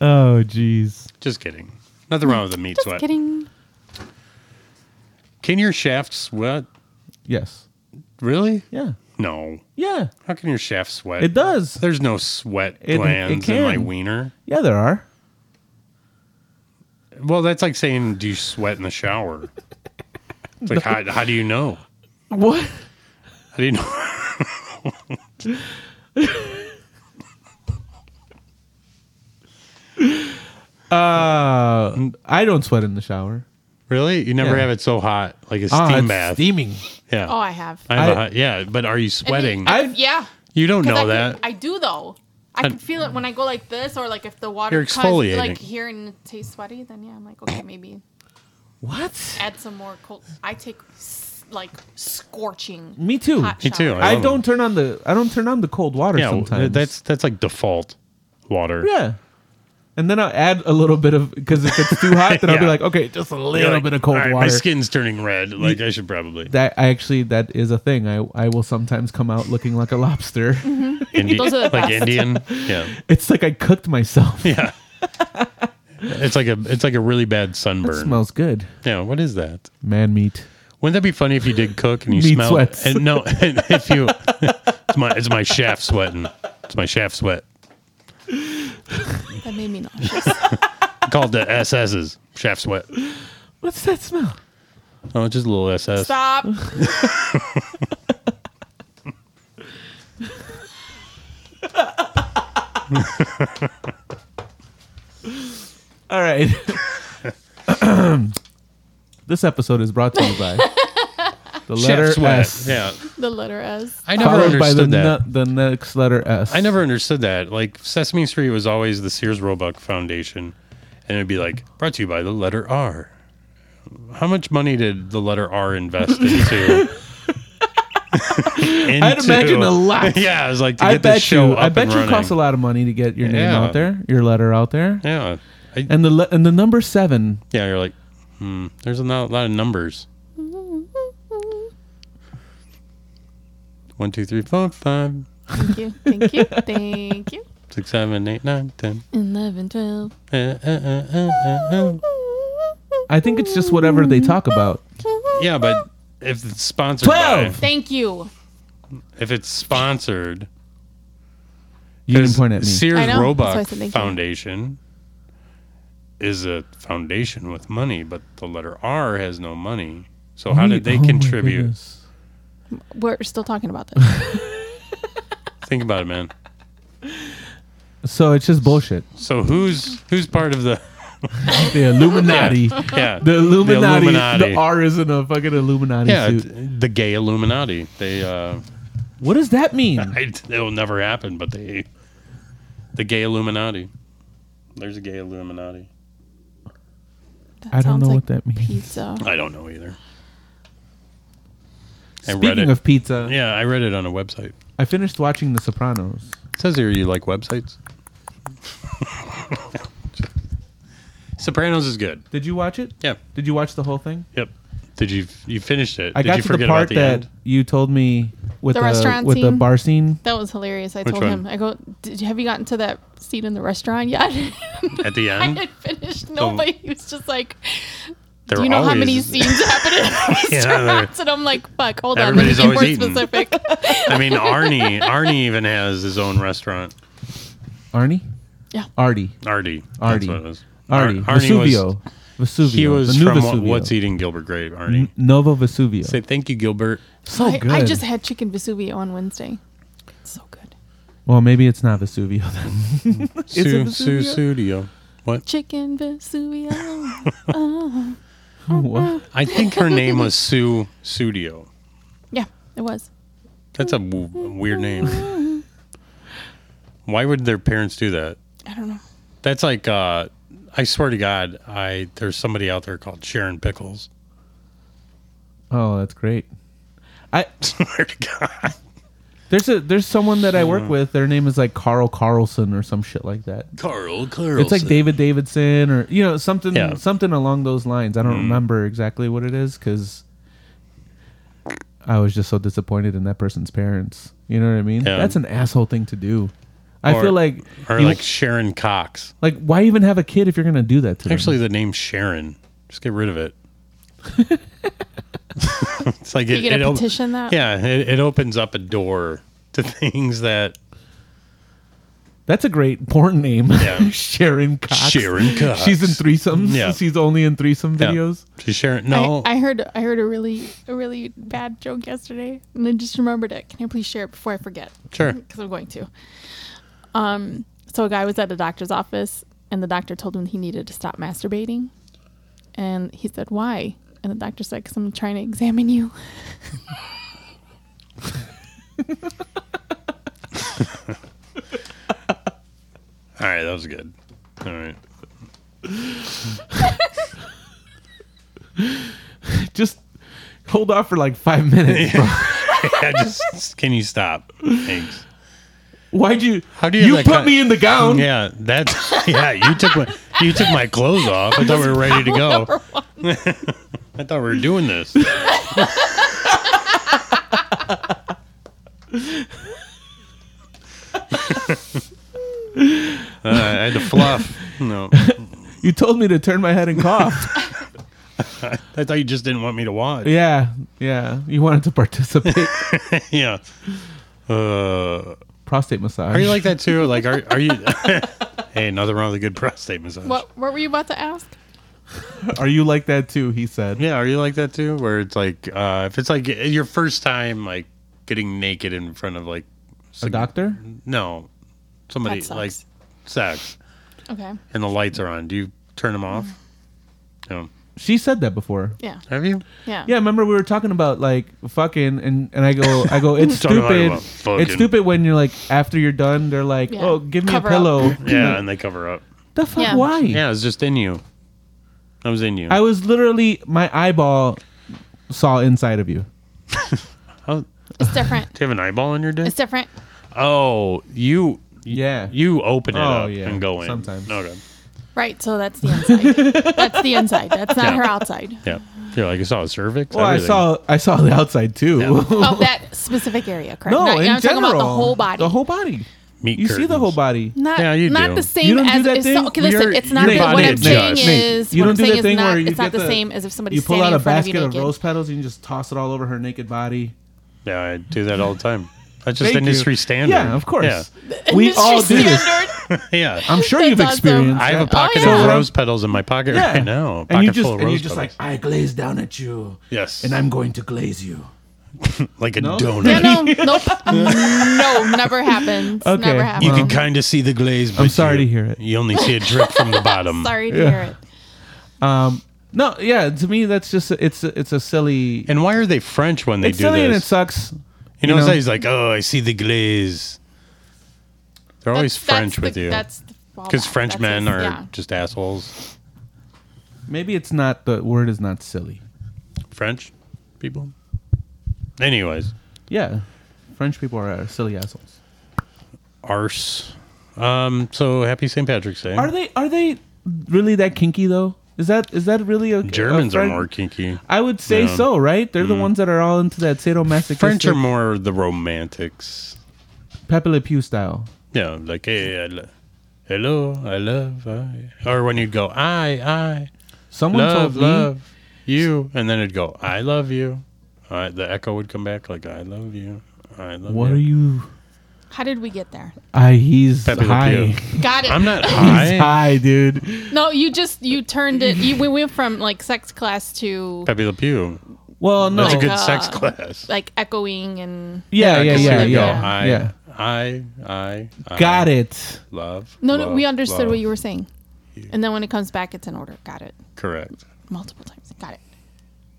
Oh jeez. just kidding. Nothing wrong with the meat Just sweat. kidding. Can your shaft sweat? Yes. Really? Yeah. No. Yeah. How can your shaft sweat? It does. There's no sweat It- it glands in my can. wiener. Yeah, there are. Well, that's like saying, do you sweat in the shower? It's like, how, how do you know? What? How do you know? Uh, I don't sweat in the shower. really? You never Yeah. have it so hot, like a steam Ah, it's bath. Steaming. Yeah. Oh, I have. I have a I- hot- yeah, but are you sweating? I- yeah. you don't 'Cause know I can- that. I do though. I can feel it when I go like this, or like if the water You're comes, exfoliating. like here and it tastes sweaty, then yeah, I'm like, okay, maybe What? add some more cold. I take s- like scorching. Me too. Hot Me too. shower. I love don't turn on the I don't turn on the cold water it. Yeah, well, sometimes. that's that's like default water. yeah. And then I'll add a little bit of because if it's too hot, then I'll be Yeah. like, okay, just a You're little like, bit of cold "All right, water. My skin's turning red. Like I should probably. that I actually that is a thing. I I will sometimes come out looking like a lobster. Mm-hmm. Indi- Those are the like best. Indian. Yeah, it's like I cooked myself. yeah. it's like a it's like a really bad sunburn. Smells good. yeah, what is that? Man meat. Wouldn't that be funny if you did cook and you Meat smelled? sweats. And no, and if you, it's my it's my shaft sweating. It's my shaft sweat. That made me nauseous. Called the SS's shaft sweat. What's that smell? Oh, it's just a little SS. Stop. All right. this episode is brought to you by the letter Shaft sweat. S, Yeah, The letter S. I never followed understood by the, that. ne- the next letter S. I never understood that. Like Sesame Street was always the Sears Roebuck Foundation, and it'd be like brought to you by the letter R. How much money did the letter R invest into? I'd imagine a lot. Yeah, I was like to I get this bet show you. up I bet and you running. costs a lot of money to get your name Yeah. out there, your letter out there, yeah, I, and the le- and the number seven. yeah. You're like, hmm. There's a lot, lot of numbers. One, two, three, four, five, Thank you. Thank you. Thank you. six, seven, eight, nine, ten. 11, 12. Uh, uh, uh, uh, uh, uh. I think it's just whatever they talk about. Yeah, but if it's sponsored, Twelve! by, Thank you. if it's sponsored. You didn't point at me. I Sears know. That's why I Roebuck said thank you. Foundation is a foundation with money, but the letter R has no money. So how We- did they oh my contribute? goodness. We're still talking about this. Think about it, man. So it's just bullshit. So who's who's part of the The Illuminati. yeah The Illuminati, the Illuminati. R is in a fucking Illuminati yeah suit. th- the gay Illuminati? They uh, What does that mean? I, it'll never happen, but they the gay Illuminati. There's a gay Illuminati. That I don't sounds know like what that means. Pizza. I don't know either. I read Speaking it. of pizza, yeah, I read it on a website. I finished watching The Sopranos. It says here you like websites. Sopranos is good. Did you watch it? Yeah. Did you watch the whole thing? Yep. Did you you finished it? I Did got you to the part that you told me with The the, restaurant with the scene? bar scene. That was hilarious. I Which told one? him, I go, Did you, have you gotten to that seat in the restaurant yet? At the I end, had finished. No, The- but he was just like, there Do you were know how many always- scenes happen in Yeah, there- restaurants? And I'm like, Fuck, hold on. Let me Everybody's be more always eating. specific. I mean, Arnie Arnie even has his own restaurant. Arnie? Yeah. Artie. Artie. Artie. That's what it was. Ar- Artie. Arnie Vesuvio. was Vesuvio. he was the new from What- Vesuvio. What's Eating Gilbert Grape. Arnie. Novo Vesuvio. Say thank you, Gilbert. so I, Oh, good. I just had chicken Vesuvio on Wednesday. It's so good. well, maybe it's not Vesuvio then. Su it Su Vesuvio? Studio. What? Chicken Vesuvio. What? I think her name was Sue Studio. Yeah, it was. That's a w- weird name. Why would their parents do that? I don't know. That's like uh I swear to God, I there's somebody out there called Sharon Pickles. Oh, that's great. I swear to God. there's a there's someone that I work with. Their name is like Carl Carlson or some shit like that. Carl Carlson. It's like David Davidson or you know something Yeah. Mm-hmm. something along those lines. I don't remember exactly what it is because I was just so disappointed in that person's parents. You know what I mean? Yeah. That's an asshole thing to do. I Or- feel like or you- like Sharon Cox. like why even have a kid if you're gonna do that to them? Actually the name Sharon. Just get rid of it. it's like You it, get it a op- petition that? Yeah, it, it opens up a door to things that That's a great porn name. Yeah. Sharon Cox. Sharon Cox. She's in threesomes. Yeah. She's only in threesome Yeah. videos. She's Sharon no I, I heard I heard a really a really bad joke yesterday, and I just remembered it. Can I please share it before I forget? Sure. Because I'm going to. Um, so a guy was at a doctor's office, and the doctor told him he needed to stop masturbating, and he said why? And the doctor said, "Because I'm trying to examine you." All right, that was good. All right. Just hold off for like five minutes. bro. I just can you stop? Thanks. Why'd you? How do you have put that kind- me in the gown? Yeah, that's yeah. You took my you took my clothes off. I thought we were ready to go. I thought we were doing this. Uh, I had to fluff. No, You told me to turn my head and cough. I thought you just didn't want me to watch. yeah, yeah. You wanted to participate. Yeah. Uh, Prostate massage. are you like that too? Like, are are you? hey, nothing wrong with a good prostate massage. What What were you about to ask? Are you like that too? He said. Yeah, are you like that too? Where it's like, uh, if it's like your first time, like getting naked in front of like A doctor? no somebody That like sucks. sex Okay. and the lights are on. Do you turn them off? No. She said that before. Yeah. Have you? Yeah. Yeah, remember we were talking about like fucking, and and I go, I go, it's Talking about stupid. fucking. It's stupid when you're like after you're done, they're like, Yeah. oh, give me Cover a up. pillow. Yeah, and they cover up. The fuck? Yeah. Why? Yeah, it's just in you. I was in you. Hmm. I was literally my eyeball saw inside of you. How, do It's different. you have an eyeball in your dick? It's different. Oh, you. Yeah. You open it Oh, up yeah, and go in. sometimes. Okay. Right. So that's the inside. that's the inside. That's not her outside. Yeah. You're like, I saw a cervix. Well, I everything. saw I saw the outside too. Of that specific area, correct? no, Not- in Oh, I'm general, talking about the whole body. The whole body. Meat You see the curtains. whole body. Not, Yeah, you not do. the same You don't do as that if thing? so, okay, listen, You're- it's not Nate, that what Nate, I'm saying Nate, Nate, is you what don't I'm do saying that is thing not where you it's not get the, the- same as if somebody's You pull standing out a in front of you basket of naked. rose petals and you just toss it all over her naked body. Yeah, I do that all the time. That's just Thank you. industry standard. Yeah, of course. Yeah. We all do Industry this. standard. Yeah. I'm sure That's you've awesome. experienced. I have a that. pocket yeah. of rose petals in my pocket Yeah. right now. and A pocket you just full of and you rose just like petals. I glaze down at you, yes. and I'm going to glaze you. like a No? donut. Yeah, no, nope. Um, no, never happens. Okay. Never You happens. can kind of see the glaze. But sorry you, to hear it. You only see a drip from the bottom. Sorry to Yeah. hear it. No, yeah. To me, that's just it's a, it's a silly. And why are they French when they It's do silly and it this? sucks. you know, you it's know. always like, oh, I see the glaze. They're always That's- French that's with the- you. That's the Because fallback. French That's men his- are yeah. just assholes. Maybe it's not the word is not silly. French people. Anyways, Yeah, French people are uh, silly assholes. arse. Um. So happy St. Patrick's Day. Are they are they really that kinky though? Is that is that really a Germans a are Fren- more kinky. I would say Yeah. Mm-hmm. so, right? They're the ones that are all into that sadomasochistic French are more the romantics. Pepe Le Pew style. Yeah, like hey, I lo- hello, I love, I. or when you'd go, I, I Someone love, told me love you, and then it'd go, I love you. Uh, the echo would come back like, I love you, I love what you. are you? How did we get there? I he's Pepe Le high. Pew. He's Got it. I'm not high. high, dude. No, you just you turned it. You, we went from like sex class to Pepe Le Pew. Well, no, That's a Like, good uh, sex class. like echoing and yeah, yeah, 'cause yeah, yeah, you'd go, yeah. I, I, I, I Got it. Love. no, no. love, We understood love." what you were saying, and then when it comes back, it's in order. Got it. Correct. multiple times. Got it.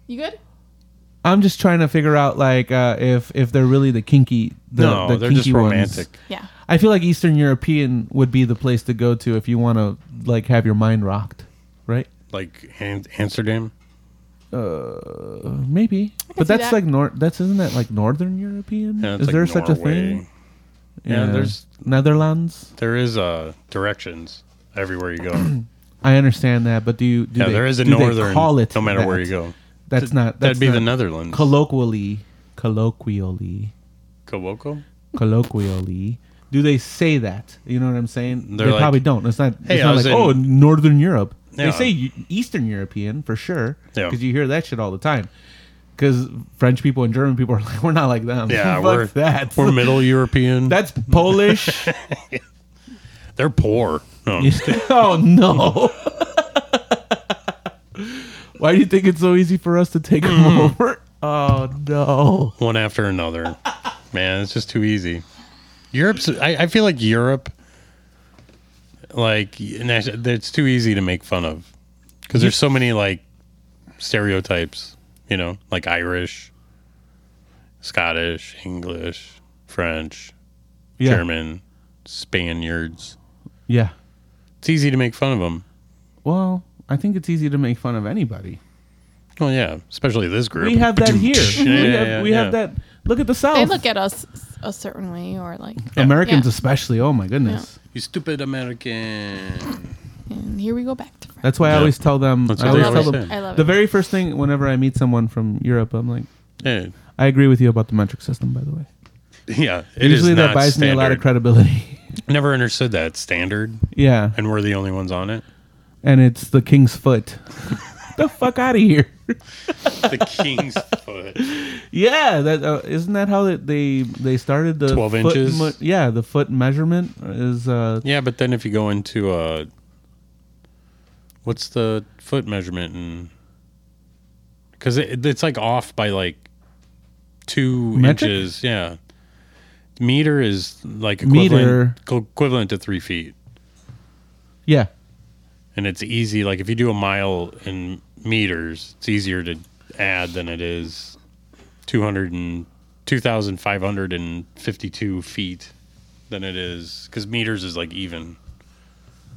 You good? I'm just trying to figure out like uh, if if they're really the kinky. The, no, the they're kinky just romantic. Ones. Yeah. I feel like Eastern European would be the place to go to if you want to like have your mind rocked, right? Like Am- Amsterdam. Maybe, but see that's that. like nor that's isn't that like Northern European? Yeah, it's Is like there such a Norway. thing? Yeah, there's- Netherlands. There is uh directions everywhere you go. I understand that, but do you? Do yeah, they, there is a do they northern. Call it no matter where that? you go. That's not. That's That'd be the not- Netherlands. colloquially, colloquially, Kowoko? colloquially. Do they say that? You know what I'm saying? They're they like, probably don't. It's not. "Hey, it's I not was like oh, in- Northern Europe. Yeah. They say Eu- Eastern European for sure Yeah. because you hear that shit all the time. Because French people and German people are like, we're not like them. Yeah, Fuck we're that. We're Middle European. That's Polish. They're poor. No, oh no. Why do you think it's so easy for us to take them Hmm. over? Oh no. one after another. Man, it's just too easy. Europe's. I, I feel like Europe. Like and that's- it's too easy to make fun of because there's so many like stereotypes. You know, like Irish, Scottish, English, French, Yeah. German, Spaniards. Yeah. It's easy to make fun of them. Well, I think it's easy to make fun of anybody. Well, Oh, yeah, especially this group. We have that here. we yeah, have, yeah, we yeah. have that. Look at the Oh. South. They look at us a certain way, or like, Americans, Yeah. especially. Oh my goodness. You stupid American. and here we go back to France. That's why I Yeah. always tell them. That's I what always they tell always them. say. I love the it. very first thing whenever I meet someone from Europe, I'm like, Yeah, I agree with you about the metric system. By the way, yeah. It is usually that not buys me a lot of standard. credibility. Never understood that standard, yeah, and we're the only ones on it. and it's the king's foot. the fuck out of here. The king's foot. Yeah, that uh, isn't that how that they they started the 12 foot inches? me- yeah, the foot measurement is uh Yeah, but then if you go into uh, what's the foot measurement and because it, it's like off by like two Metric? inches. Yeah, meter is like equivalent, Meter. co- equivalent to three feet, yeah. and it's easy. Like if you do a mile in meters, it's easier to add than it is two hundred and two thousand five hundred and fifty-two feet than it is because meters is like even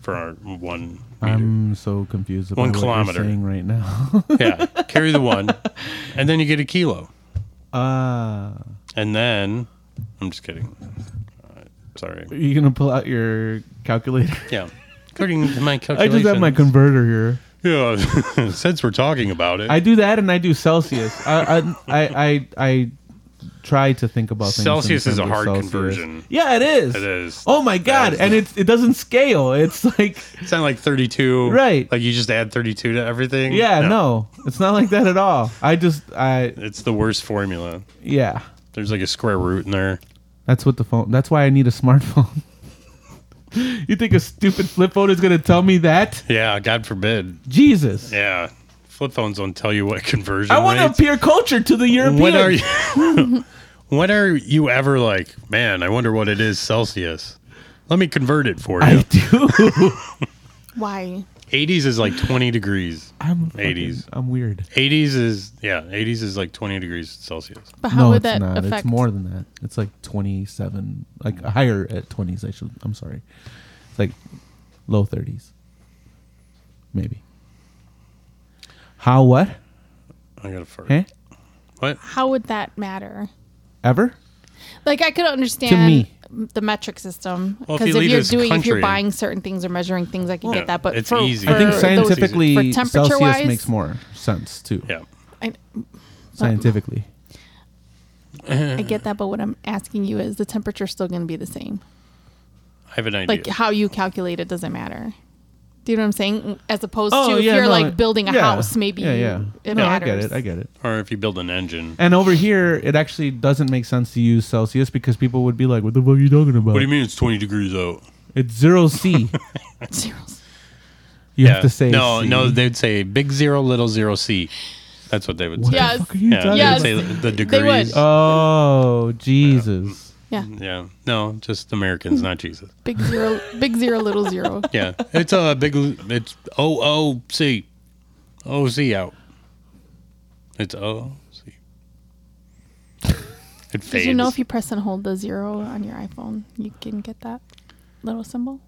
for our one meter. I'm so confused about One what kilometer. you're saying right now. yeah, carry the one, and then you get a kilo, Ah, and then I'm just kidding. Uh, sorry. are you gonna pull out your calculator? Yeah, according to my I calculations. just have my converter here. yeah, since we're talking about it, I do that, and I do Celsius. I I I, I, I try to think about things in Celsius is terms a of hard Celsius. conversion. Yeah, it is. It is. Oh my god, is. and it's it doesn't scale. It's like It's not like 32. Right. Like you just add 32 to everything. yeah, no, it's not like that at all. I just I It's the worst formula. yeah. There's like a square root in there. That's what the phone. That's why I need a smartphone. you think a stupid flip phone is gonna tell me that? Yeah, God forbid. Jesus! Yeah. Flip phones don't tell you what conversion I want to rates. appear culture to the European. When are you When are you ever like, man, I wonder what it is Celsius? Let me convert it for I you. do. Why? 80s is like 20 degrees. I'm fucking- 80s. I'm weird. 80s is yeah, 80s is like 20 degrees Celsius. But how no, would it's that not. It's affect? more than that. It's like 27, like higher at 20s. I should. I'm sorry. It's like low 30s, maybe. How? What? I got to fart. Huh? What? How would that matter? Ever? Like I could understand me. the metric system Well, if because you if, leave you're this doing if country- you're buying certain things or measuring things, I can Well, get that. But it's for, easy. For I think For scientifically, those, for temperature Celsius wise, makes more sense too. Yeah. I, Scientifically. I get that. But what I'm asking you is, the temperature's still going to be the same. I have an idea. Like how you calculate it doesn't matter. Do you know what I'm saying? As opposed Oh, to yeah, if you're no, like building a yeah. house, maybe yeah, yeah. you- it no, matters. I get it. I get it. or if you build an engine. And over here, it actually doesn't make sense to use Celsius because people would be like, "What the fuck are you talking about? What do you mean it's 20 degrees out? It's zero C. Zeros. You have to say no, C. no. They'd say big zero, little zero C. That's what they would What say. the Yes. fuck are you Yeah, talking they would Yes. about? say the degrees. Uh, Oh Jesus! Yeah, Yeah, no, just Americans, not Jesus. big zero, big zero, little zero. Yeah, it's a big. It's O O C. OZ out. It's OZ. It fades. Did you know if you press and hold the zero on your iPhone, you can get that little symbol?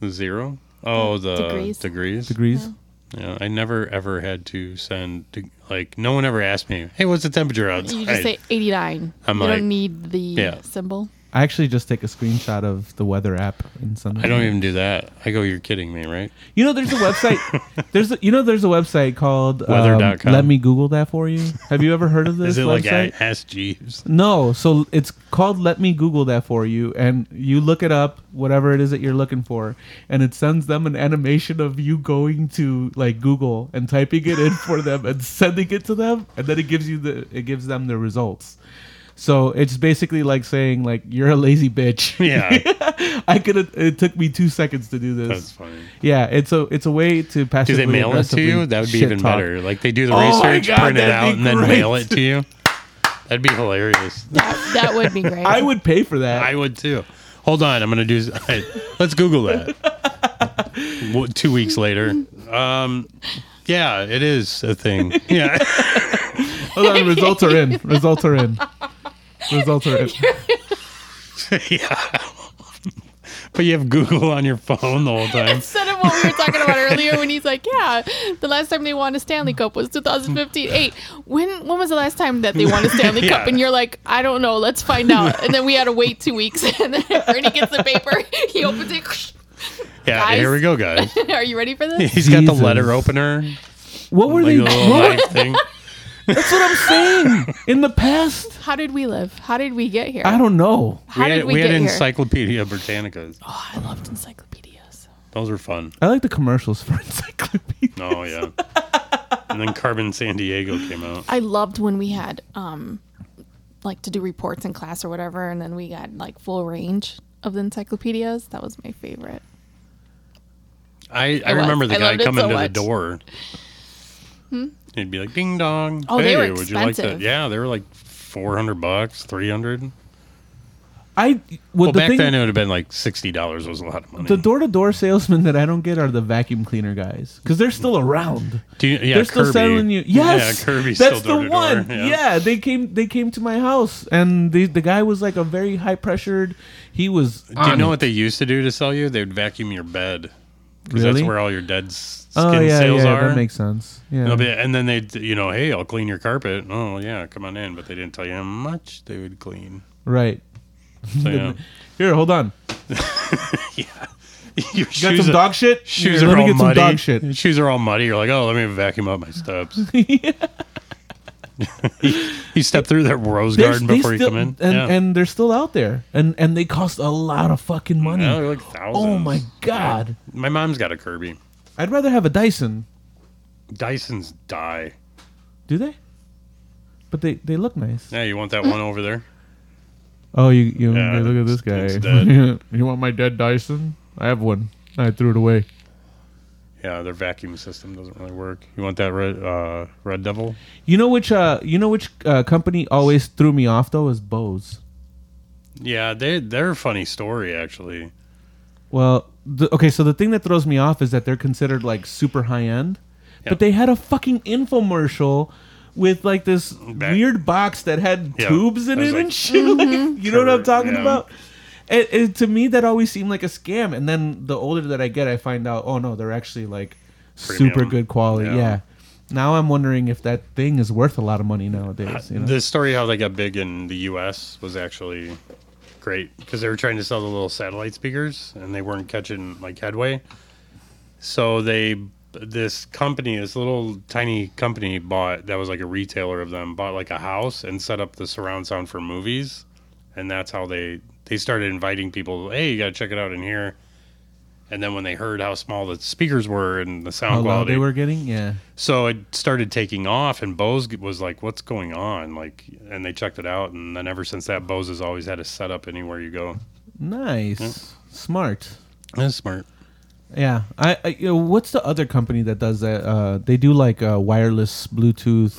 the zero? Oh, the Degrees. degrees. Degrees. No. Yeah, I never ever had to send de- like no one ever asked me, "Hey, what's the temperature outside?" You just say 89. I'm you like- don't need the Yeah. symbol. I actually just take a screenshot of the weather app and send. it I don't to you. even do that. I go, "You're kidding me, right?" You know, there's a website. there's a, you know, there's a website called um, Weather.com. Let me Google that for you. Have you ever heard of this Is it like website? I asked Jeeves? No, so it's called Let Me Google That For You, and you look it up, whatever it is that you're looking for, and it sends them an animation of you going to like Google and typing it in for them and sending it to them, and then it gives you the it gives them the results. So it's basically like saying like you're a lazy bitch. Yeah, I could it took me two seconds to do this. that's funny. yeah, it's a it's a way to pass. Do they mail it to you? That would be even better. Like they do the Oh my research, God, print it that'd out, be and then great. mail it to you. That'd be hilarious. That, that would be great. I would pay for that. I would too. Hold on, I'm gonna do. I, let's Google that. Wo- Two weeks later, um, yeah, it is a thing. Yeah, Hold on, results are in. Results are in. Results are in. yeah. But you have Google on your phone the whole time. Instead of what we were talking about earlier, when he's like, "Yeah, the last time they won a Stanley Cup was 2015." Eight. When when was the last time that they won a Stanley Yeah. Cup? And you're like, "I don't know. Let's find out." And then we had to wait two weeks. And then Ernie gets the paper. He opens it. Yeah, Guys. here we go, guys. Are you ready for this? He's got the Jesus. letter opener, What were like they? oh a little what were- knife thing. That's what I'm saying. In the past, How did we live? How did we get here? I don't know. How we did had, we, we had get here? Encyclopedia Britannicas. oh, I loved encyclopedias. Those were fun. I like the commercials for encyclopedia. Oh yeah. and then Carbon San Diego came out. I loved when we had um like to do reports in class or whatever and then we got like full range of the encyclopedias. That was my favorite. I, I was. remember the I guy loved it coming so to the much. Hmm? door. He'd be like, "Ding dong! Oh, they were would you like that?" expensive. Yeah, they were like four hundred bucks, three hundred. Well, I well, the back thing, then it would have been like sixty dollars was a lot of money. the door-to-door salesmen that I don't get are the vacuum cleaner guys because they're still around. Do you, yeah, they're still Kirby. selling you. Yes, yeah, Kirby's that's still the door-to-door, one. Yeah. they came. They came to my house, and the the guy was like a very high pressured. He was. Do you know what they used to do to sell you? They'd vacuum your bed because Really? that's where all your dead s- skin Oh yeah, sales yeah, are. that makes sense. Yeah, They'll be- and then they'd, you know, hey, I'll clean your carpet. Oh, yeah, come on in. But they didn't tell you how much they would clean. right. So, yeah. Here, hold on. Your You got shoes some are- dog shit. Shoes Here, are let me all get muddy. some dog shit. Shoes are all muddy. You're like, oh, let me vacuum up my steps. you step through that rose They're- garden they before you still- come in. and, yeah. and they're still out there, and and they cost a lot of fucking money. Yeah, they're like thousands. oh my god! My mom's got a Kirby. I'd rather have a Dyson. Dysons die. Do they? But they they look nice. Yeah, you want that one over there? Oh, you you Yeah, you look at this it's- guy. it's dead. you want my dead Dyson? I have one. I threw it away. Yeah, their vacuum system doesn't really work. You want that red uh, Red Devil? You know which uh you know which uh, company always threw me off though is Bose. Yeah, they they're a funny story actually. Well, the, okay, so the thing that throws me off is that they're considered like super high end, Yeah. but they had a fucking infomercial with like this Back- weird box that had Yeah. tubes in I was it like, and shit. like, you know what I'm Correct, talking yeah. about? It, it, to me, that always seemed like a scam. And then the older that I get, I find out, oh no, they're actually like super Premium. good quality. Yeah. Yeah. Now I'm wondering if that thing is worth a lot of money nowadays. You know? The story how they got big in the U.S. was actually great because they were trying to sell the little satellite speakers and they weren't catching like headway. So they this company, this little tiny company, bought that was like a retailer of them, bought like a house and set up the surround sound for movies, and that's how they they started inviting people. Hey, you gotta check it out in here. And then when they heard how small the speakers were and the sound How loud quality, they were getting? Yeah. so it started taking off, and Bose was like, "What's going on?" Like, and they checked it out, and then ever since that, Bose has always had a setup anywhere you go. Nice. Smart. That's smart. Yeah, I, I you know, what's the other company that does that? Uh, they do like a wireless Bluetooth.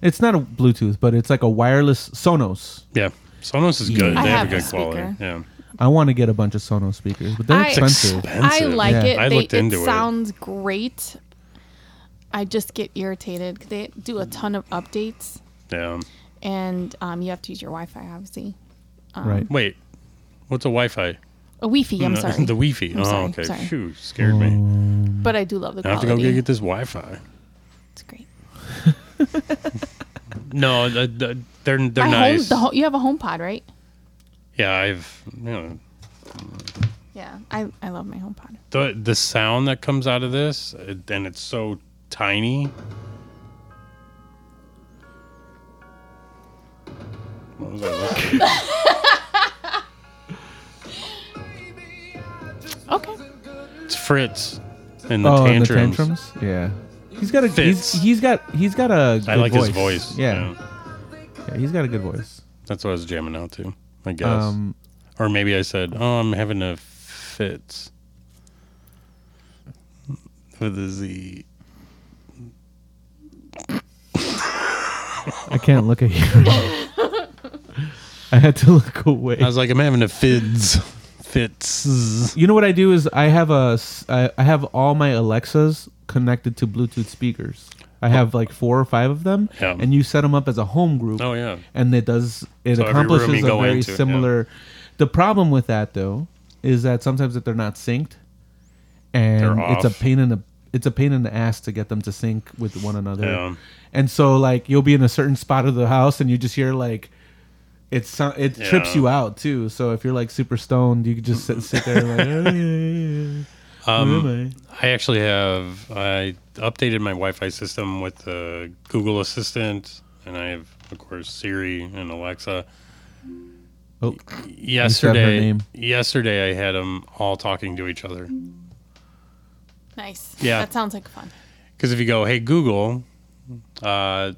It's not a Bluetooth, but it's like a wireless Sonos. Yeah, Sonos is good. I they have, have a a good quality. speaker. Yeah, I want to get a bunch of Sonos speakers, but they're I- expensive. expensive. I like Yeah. it. I they, looked into it it. sounds great. I just get irritated 'cause they do a ton of updates, Yeah. and um, you have to use your Wi-Fi, obviously. right. Wait, what's a Wi-Fi? A Wi-Fi. I'm No, sorry. the Wi-Fi. I'm oh, sorry, okay. sorry. Phew, scared Oh. me. but I do love the I have to quality. go get this Wi-Fi. it's great. No, the, the, they're they're My home- nice. the ho- you have a home pod, right? yeah, I've you know, Yeah, I, I love my home pod. the the sound that comes out of this, uh, and it's so tiny. What was I looking- Okay. it's Fritz and the oh, and the tantrums. tantrums. Yeah. He's got a Fits. he's, he's got he's got a good I like voice. his voice. Yeah. yeah, he's got a good voice. that's what I was jamming out to. I guess, Um, or maybe I said, "Oh, I'm having a fits with a Z." I can't look at you. I had to look away. I was like, "I'm having a fids fits." You know what I do is I have a s- I, I have all my Alexas connected to Bluetooth speakers. I have like four or five of them, Yeah. and you set them up as a home group, Oh yeah. and it does it So every room accomplishes you a go very into, yeah. similar. The problem with that though is that sometimes that they're not synced, and They're it's a off. pain in the it's a pain in the ass to get them to sync with one another. Yeah. And so like you'll be in a certain spot of the house, and you just hear like. It's so- it trips Yeah. you out too. So if you're like super stoned, you could just sit, sit there like, oh, yeah, yeah, yeah. Um, I actually have I updated my Wi-Fi system with the Google Assistant, and I have of course Siri and Alexa. oh, Yesterday, name. yesterday I had them all talking to each other. Nice. Yeah. That sounds like fun. Because if you go, "Hey Google," uh,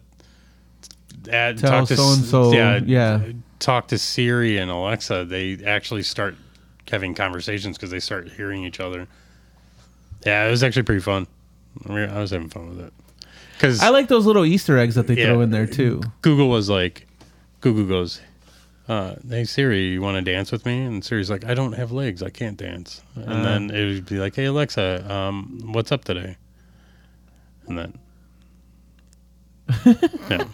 add, Tell talk to S- so-and-so, yeah. talk to Siri and Alexa. They actually start having conversations because they start hearing each other. Yeah, it was actually pretty fun. I mean, I was having fun with it. Because I like those little Easter eggs that they Yeah. throw in there too. Google was like, Google goes, uh, "Hey Siri, you want to dance with me?" And Siri's like, "I don't have legs, I can't dance." And then it would be like, "Hey Alexa, um, what's up today?" And then, yeah,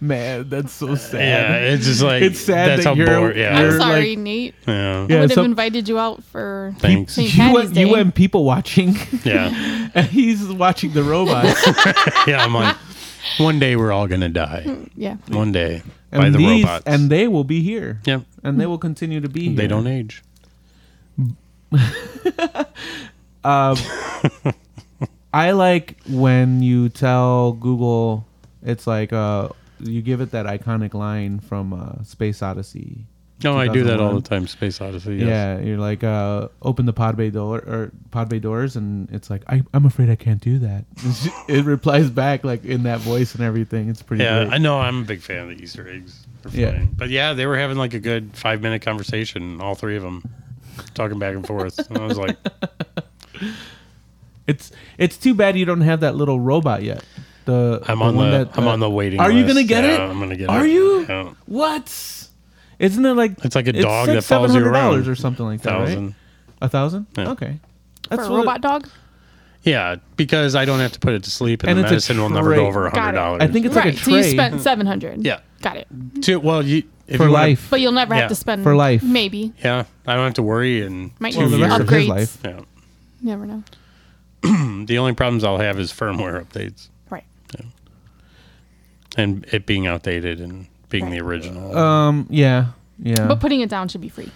Man, that's so sad. yeah it's just like It's sad That's that how you're- bored. Yeah, you're- I'm Or, sorry, like- Nate. yeah, Yeah, I would have some- invites you out for. Thanks. St. You Patty's went, you Day. went people watching, yeah, and he's watching the robots. yeah. I'm like, one day we're all gonna die. Yeah. One day and by the these, robots. and they will be here, yeah, and they will continue to be here. they don't age. I like when you tell Google, it's like uh, you give it that iconic line from uh, Space Odyssey. No, Oh, I do that all 2001. the time. Space Odyssey. Yes. Yeah, you're like uh, open the pod bay door or pod bay doors, and it's like I, I'm afraid I can't do that. it replies back like in that voice and everything. It's pretty. Yeah, great. I know. I'm a big fan of the Easter eggs. They're Yeah. fun. But yeah, they were having like a good five minute conversation, all three of them, talking back and forth. And I was like, It's it's too bad you don't have that little robot yet. The I'm on one the, that, I'm uh, on the waiting. Are you gonna list. get Yeah, it? I'm gonna get Are it. you? Yeah. What? Isn't it like It's like a dog that follows you $700 around. or something like that? Thousand. Right? A thousand? Yeah. Okay. for a what- robot dog? Yeah, because I don't have to put it to sleep, and, And the it's a medicine will never tray. go over a Got hundred it. dollars. I think it's right. like a so you tray spent 700 Hmm. Yeah. Got it. Two, well, you if for you wanna- life. But you'll never Yeah. have to spend. For life. Maybe. yeah, I don't have to worry. And Might Well, need the some rest of his upgrades. life. yeah, You never know. the only problems I'll have is firmware updates Right. and it being outdated and being the original. um. Yeah. Yeah. But putting it down should be free.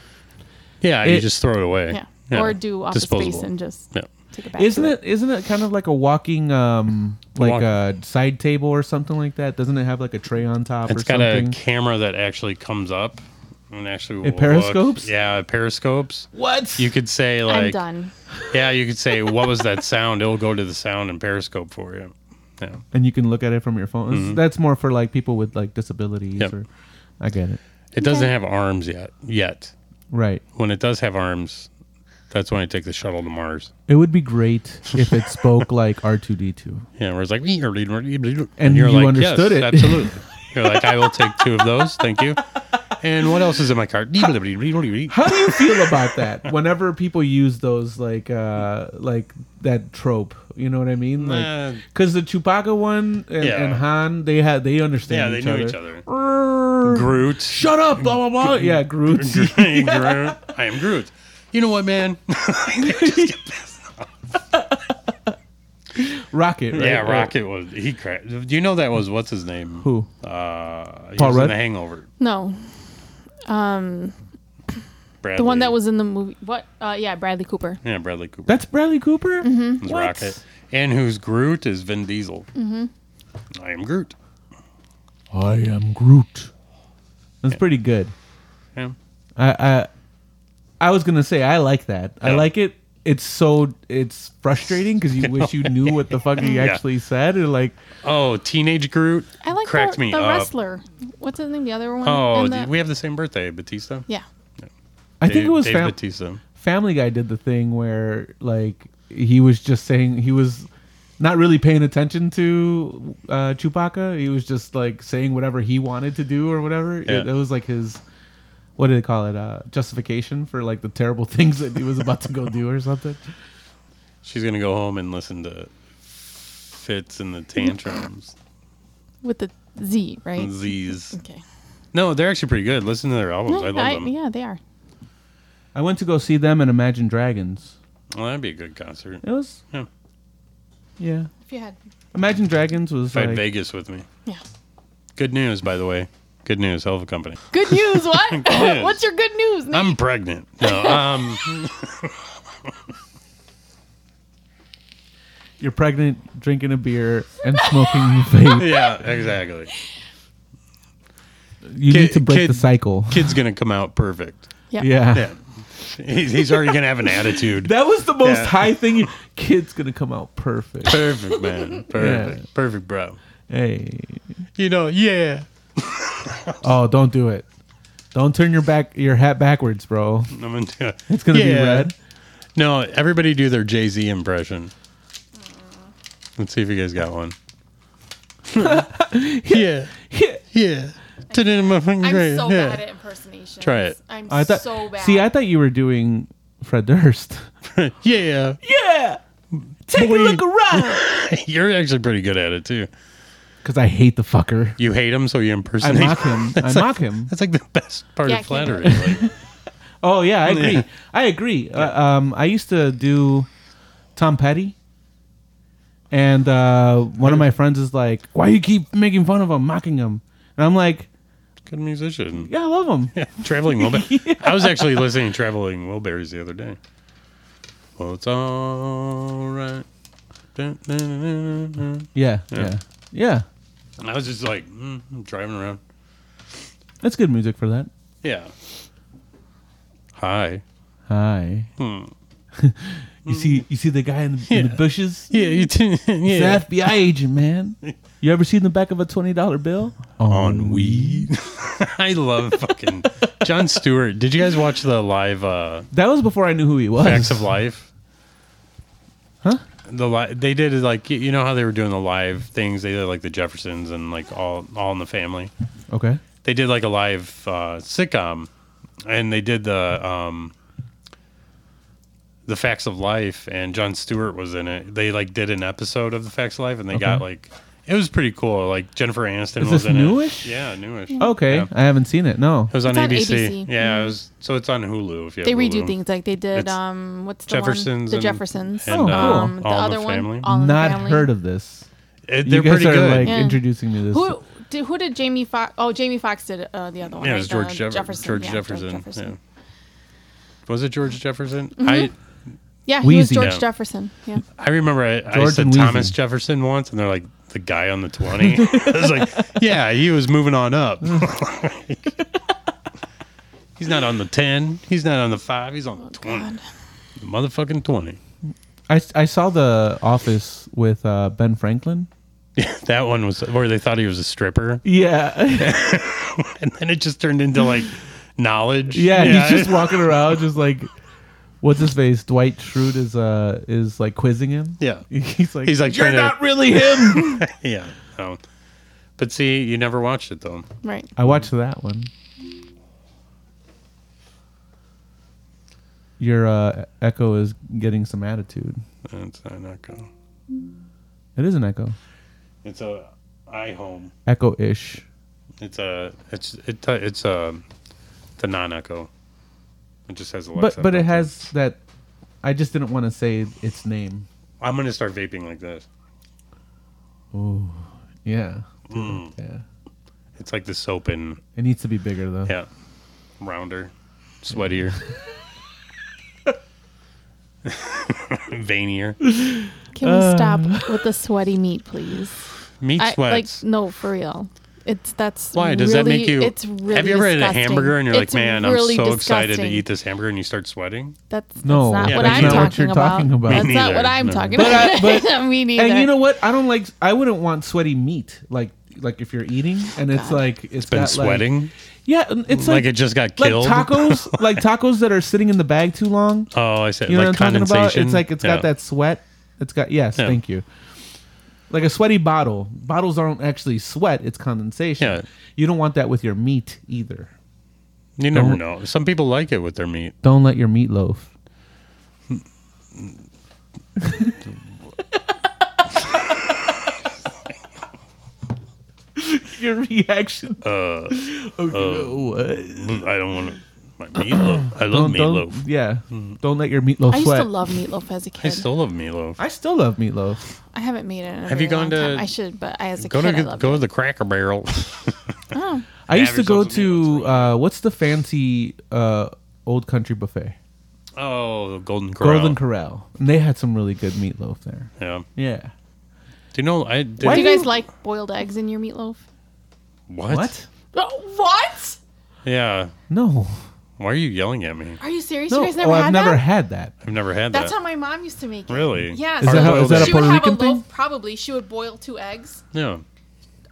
yeah, you it- just throw it away. Yeah. Or do office space and just yeah. take it back. isn't to it isn't it kind of like a walking um like walk- a side table or something like that? Doesn't it have like a tray on top It's or got something? a camera that actually comes up and actually will look. periscopes? Yeah, it periscopes. what? You could say I'm like, done. yeah, you could say, what was that sound? It'll go to the sound and periscope for you. Yeah, and you can look at it from your phone. It's- That's more for like people with like disabilities. Mm-hmm. Yep. Or, I get it. it doesn't have arms yet. Yet, Right. when it does have arms, that's when I take the shuttle to Mars. It would be great if it spoke like R two D two. Yeah, where it's like, and And you understood it. absolutely. You're like, I will take two of those, thank you. And what else is in my cart? How do you feel about that? Whenever people use those like uh like that trope, you know what I mean? Nah. Like because the Chewbacca one and, Uh, Yeah. and Han, they had they Yeah, understand. they each know other. each other. Grrr. Groot. Shut up, blah blah blah. Yeah, Groot. Hey, Groot. I am Groot. You know what, man? Rocket. Right? yeah, Right. Rocket was he crashed. Do you know that was what's his name? Who? Uh, he Paul was in Rudd? The Hangover. No, Bradley. the one that was in the movie. What? Uh, yeah, Bradley Cooper. yeah Bradley Cooper. That's Bradley Cooper. Mm-hmm. is Rocket, and whose Groot is Vin Diesel. Mm-hmm. I am Groot. I am Groot. That's pretty good. Yeah. I I I was gonna say I like that. I Yeah. like it. It's so it's frustrating because you wish you knew what the fuck you Yeah. actually said. And like, Oh, teenage Groot. I like cracked the, me the up. wrestler. What's his name? The other one. Oh, And the- d- we have the same birthday, Batista. yeah. I think Dave- it was Dave fam- Batista. Family Guy did the thing where like he was just saying he was not really paying attention to uh, Chewbacca. He was just like saying whatever he wanted to do or whatever. It- Yeah. It, was like his what do they call it? Uh, justification for like the terrible things that he was about to go do or something. She's gonna go home and listen to Fitz and the tantrums. With the Z, right? Z's. Okay. No, they're actually pretty good. Listen to their albums. I love I- them. yeah, they are. I went to go see them and Imagine Dragons. Well, that'd be a good concert. It was Yeah. yeah. If you had, Imagine Dragons was Fight like Vegas with me. yeah. Good news, by the way. Good news, hell of a company. Good news. What? Yes. What's your good news? Nate? I'm pregnant. No, um, you're pregnant, drinking a beer, and smoking vape. yeah, exactly. You Kid- need to break kid- the cycle. Kid's gonna come out perfect. yeah. Yeah. Yeah, he's, he's already gonna have an attitude. That was the most Yeah. high thing. you- Kid's gonna come out perfect. perfect, man. Perfect, Yeah. perfect, bro. Hey. You know, yeah. Oh, don't do it. Don't turn your back your hat backwards, bro. I'm gonna do it. It's gonna Yeah. be red. No, everybody do their Jay Z impression. Let's see if you guys got one. yeah, Yeah. yeah. Did it in my fucking grave, yeah. at impersonations. Try it. I'm I thought. See, I thought you were doing Fred Durst. Yeah, Yeah. Take Boy. a look around. you're actually pretty good at it too. Because I hate the fucker. You hate him, so you I impersonate. mock him. I That's mock him. That's like the best part Yeah, I of can't do flattery. Like, Oh yeah, I agree. Yeah. I agree. Uh, um, I used to do Tom Petty, and uh, one of my friends is like, "Why you keep making fun of him, mocking him?" And I'm like, good musician. "Yeah, I love him." Yeah, traveling Wilburys. I was actually listening to traveling Wilburys the other day. Well, it's all right. Dun, dun, dun, dun, dun. Yeah, yeah, yeah. And I was just like mm, I'm driving around. That's good music for that. Yeah. Hi. Hi. you see, you see the guy in the, in the Hmm. Yeah. bushes. Yeah, you t- He's an FBI agent, man. You ever seen the back of a twenty dollar bill? Oh, on weed. I love fucking John Stewart. Did you guys watch the live uh That was before I knew who he was. Facts of Life? Huh? The li- they did it like you know how they were doing the live things. They did like the Jeffersons and like all all in the family. Okay. they did like a live uh, sitcom, and they did the um, the Facts of Life, and John Stewart was in it. They like did an episode of the Facts of Life, and they got Okay. like it was pretty cool. Like Jennifer Aniston Is was this in newish? Oh, it. Yeah, newish. Okay, Yeah. I haven't seen it. No. It was on It's on ABC. ABC. Yeah, it was, so it's on Hulu. If you have Mm-hmm. they redo Hulu. things like they did. It's um, what's the one? Jeffersons The and- Jeffersons. and, Oh, uh, um, the All in other the one. Family. All in the Not family. heard of this. It, they're you guys pretty are good. like Yeah. introducing me to this. Who did, who did Jamie Fox? Oh, Jamie Fox did uh, the other one. yeah, it right? was George The Jeff- Jefferson. George yeah, Jefferson. Jefferson. Mm-hmm. Yeah. Was it George Jefferson? I Yeah, he was Wheezy. George Yeah. Mm. Jefferson. Yeah. I remember I, I George said and Wheezy. Thomas Jefferson once, and they're like the guy on the twenty. I was like, yeah, he was moving on up. he's not on the ten. He's not on the five. He's on the twenty. Oh, God. The motherfucking twenty. I, I saw the Office with uh, Ben Franklin. Yeah, that one was where they thought he was a stripper, Yeah, and then it just turned into like knowledge. yeah. He's just walking around, just like what's his face? Dwight Schrute is uh is like quizzing him. yeah. He's like He's like you're trying to- not really him. yeah. No. But see, you never watched it though. Right. I watched that one. your uh, echo is getting some attitude. That's an echo. It is an echo, It's a iHome. echo ish. It's a it's it, it's a the non-echo. It just has Alexa. But but it built in. has that. I just didn't want to say its name. I'm gonna start vaping like this. Oh, yeah, Hmm. yeah. It's like the soap and It needs to be bigger though. yeah, rounder, sweatier, veinier. Can Uh. we stop with the sweaty meat, please? Meat I, like sweats. no, for real. It's that's Why does that make really- you? It's really have you ever had a disgusting. hamburger and you're It's like, man, really I'm so excited to disgusting. eat this hamburger, and you start sweating? That's, that's No, not Yeah, what that's I'm not what talking, you're about. talking about. Me That's not neither. what I'm No. talking But I- about. Me neither. And you know what? I don't like. I wouldn't want sweaty meat. Like like if you're eating and it's like it's Been got, sweating Like, yeah, and it's like, like, it just got like killed. tacos, like tacos that are sitting in the bag too long. Oh, I said You know like what I'm talking condensation. about? It's like it's Yeah. got that sweat. It's got yes, Yeah. thank you. Like a sweaty bottle. Bottles aren't actually sweat; it's condensation. Yeah. You don't want that with your meat either. You never Don't- know. Some people like it with their meat. Don't let your meatloaf. your reaction. Uh, Oh, what? I don't want my meatloaf. I Don't, love meatloaf. Hmm. don't, yeah. Don't let your meatloaf I used sweat. to love meatloaf as a I kid. still love meatloaf. I still love meatloaf. I haven't made it. In a Have you very gone long time. to- I should, but I, as a Go kid, to I loved go it. to the Cracker Barrel. Oh, I used to go yourself some meatloaf, to uh, what's the fancy uh, old country buffet? oh, the Golden Corral. Golden Corral. And they had some really good meatloaf there. Yeah. Yeah. Do you know? I did, Why do you do guys you- like boiled eggs in your meatloaf? what? Oh, what? Yeah. No. Why are you yelling at me? Are you serious? No. you guys never oh, had I've that? never had that. I've never had That's that. how my mom used to make it. really? Yeah. Is that how- is that a she Puerto would have Rican a thing? loaf, Probably. She would boil two eggs. Yeah.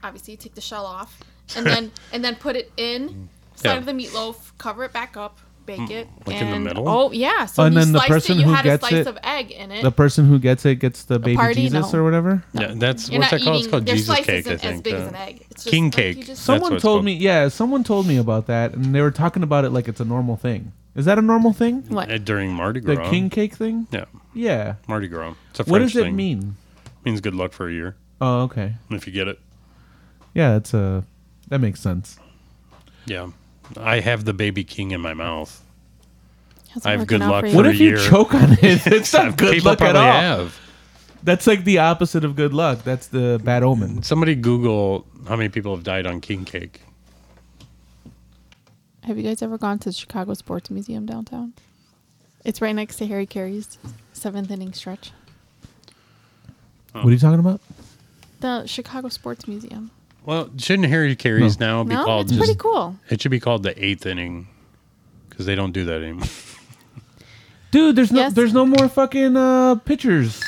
Obviously, take the shell off, and then and then put it in side Yeah. Mm, of the meatloaf. Cover it back up. Bake it. like in and, the middle? Oh yeah. So And you then the sliced person it, you who had gets a slice it- of egg in it. The person who gets it gets the baby Eh. party? Jesus No. or whatever. Yeah. That's You're what's not that called? It's eating- called their Jesus slice cake. I isn't as think. big yeah. as an egg. It's just King like you cake. just- That's what Someone it's told called. me, yeah, someone told me about that, and they were talking about it like it's a normal thing. Is that a normal thing? What? Uh, during Mardi The Gras. king cake thing? Yeah. Yeah. Mardi Gras. It's a French What does it thing. mean? Means good luck for a year Oh, okay. if you get it. Yeah, it's a that makes sense. Yeah. I have the baby king in my mouth. How's it I have working good out luck you? for What a if you year. choke on it? It's not good People luck at probably all. have. That's like the opposite of good luck. That's the bad omen. Somebody Google how many people have died on king cake. Have you guys ever gone to the Chicago Sports Museum downtown? It's right next to Harry Carey's seventh inning stretch. Oh. What are you talking about? The Chicago Sports Museum. Well, shouldn't Harry Carey's now be No, called? it's just- pretty cool. It should be called the eighth inning because they don't do that anymore. Dude, there's no Yes. there's no more fucking uh pitchers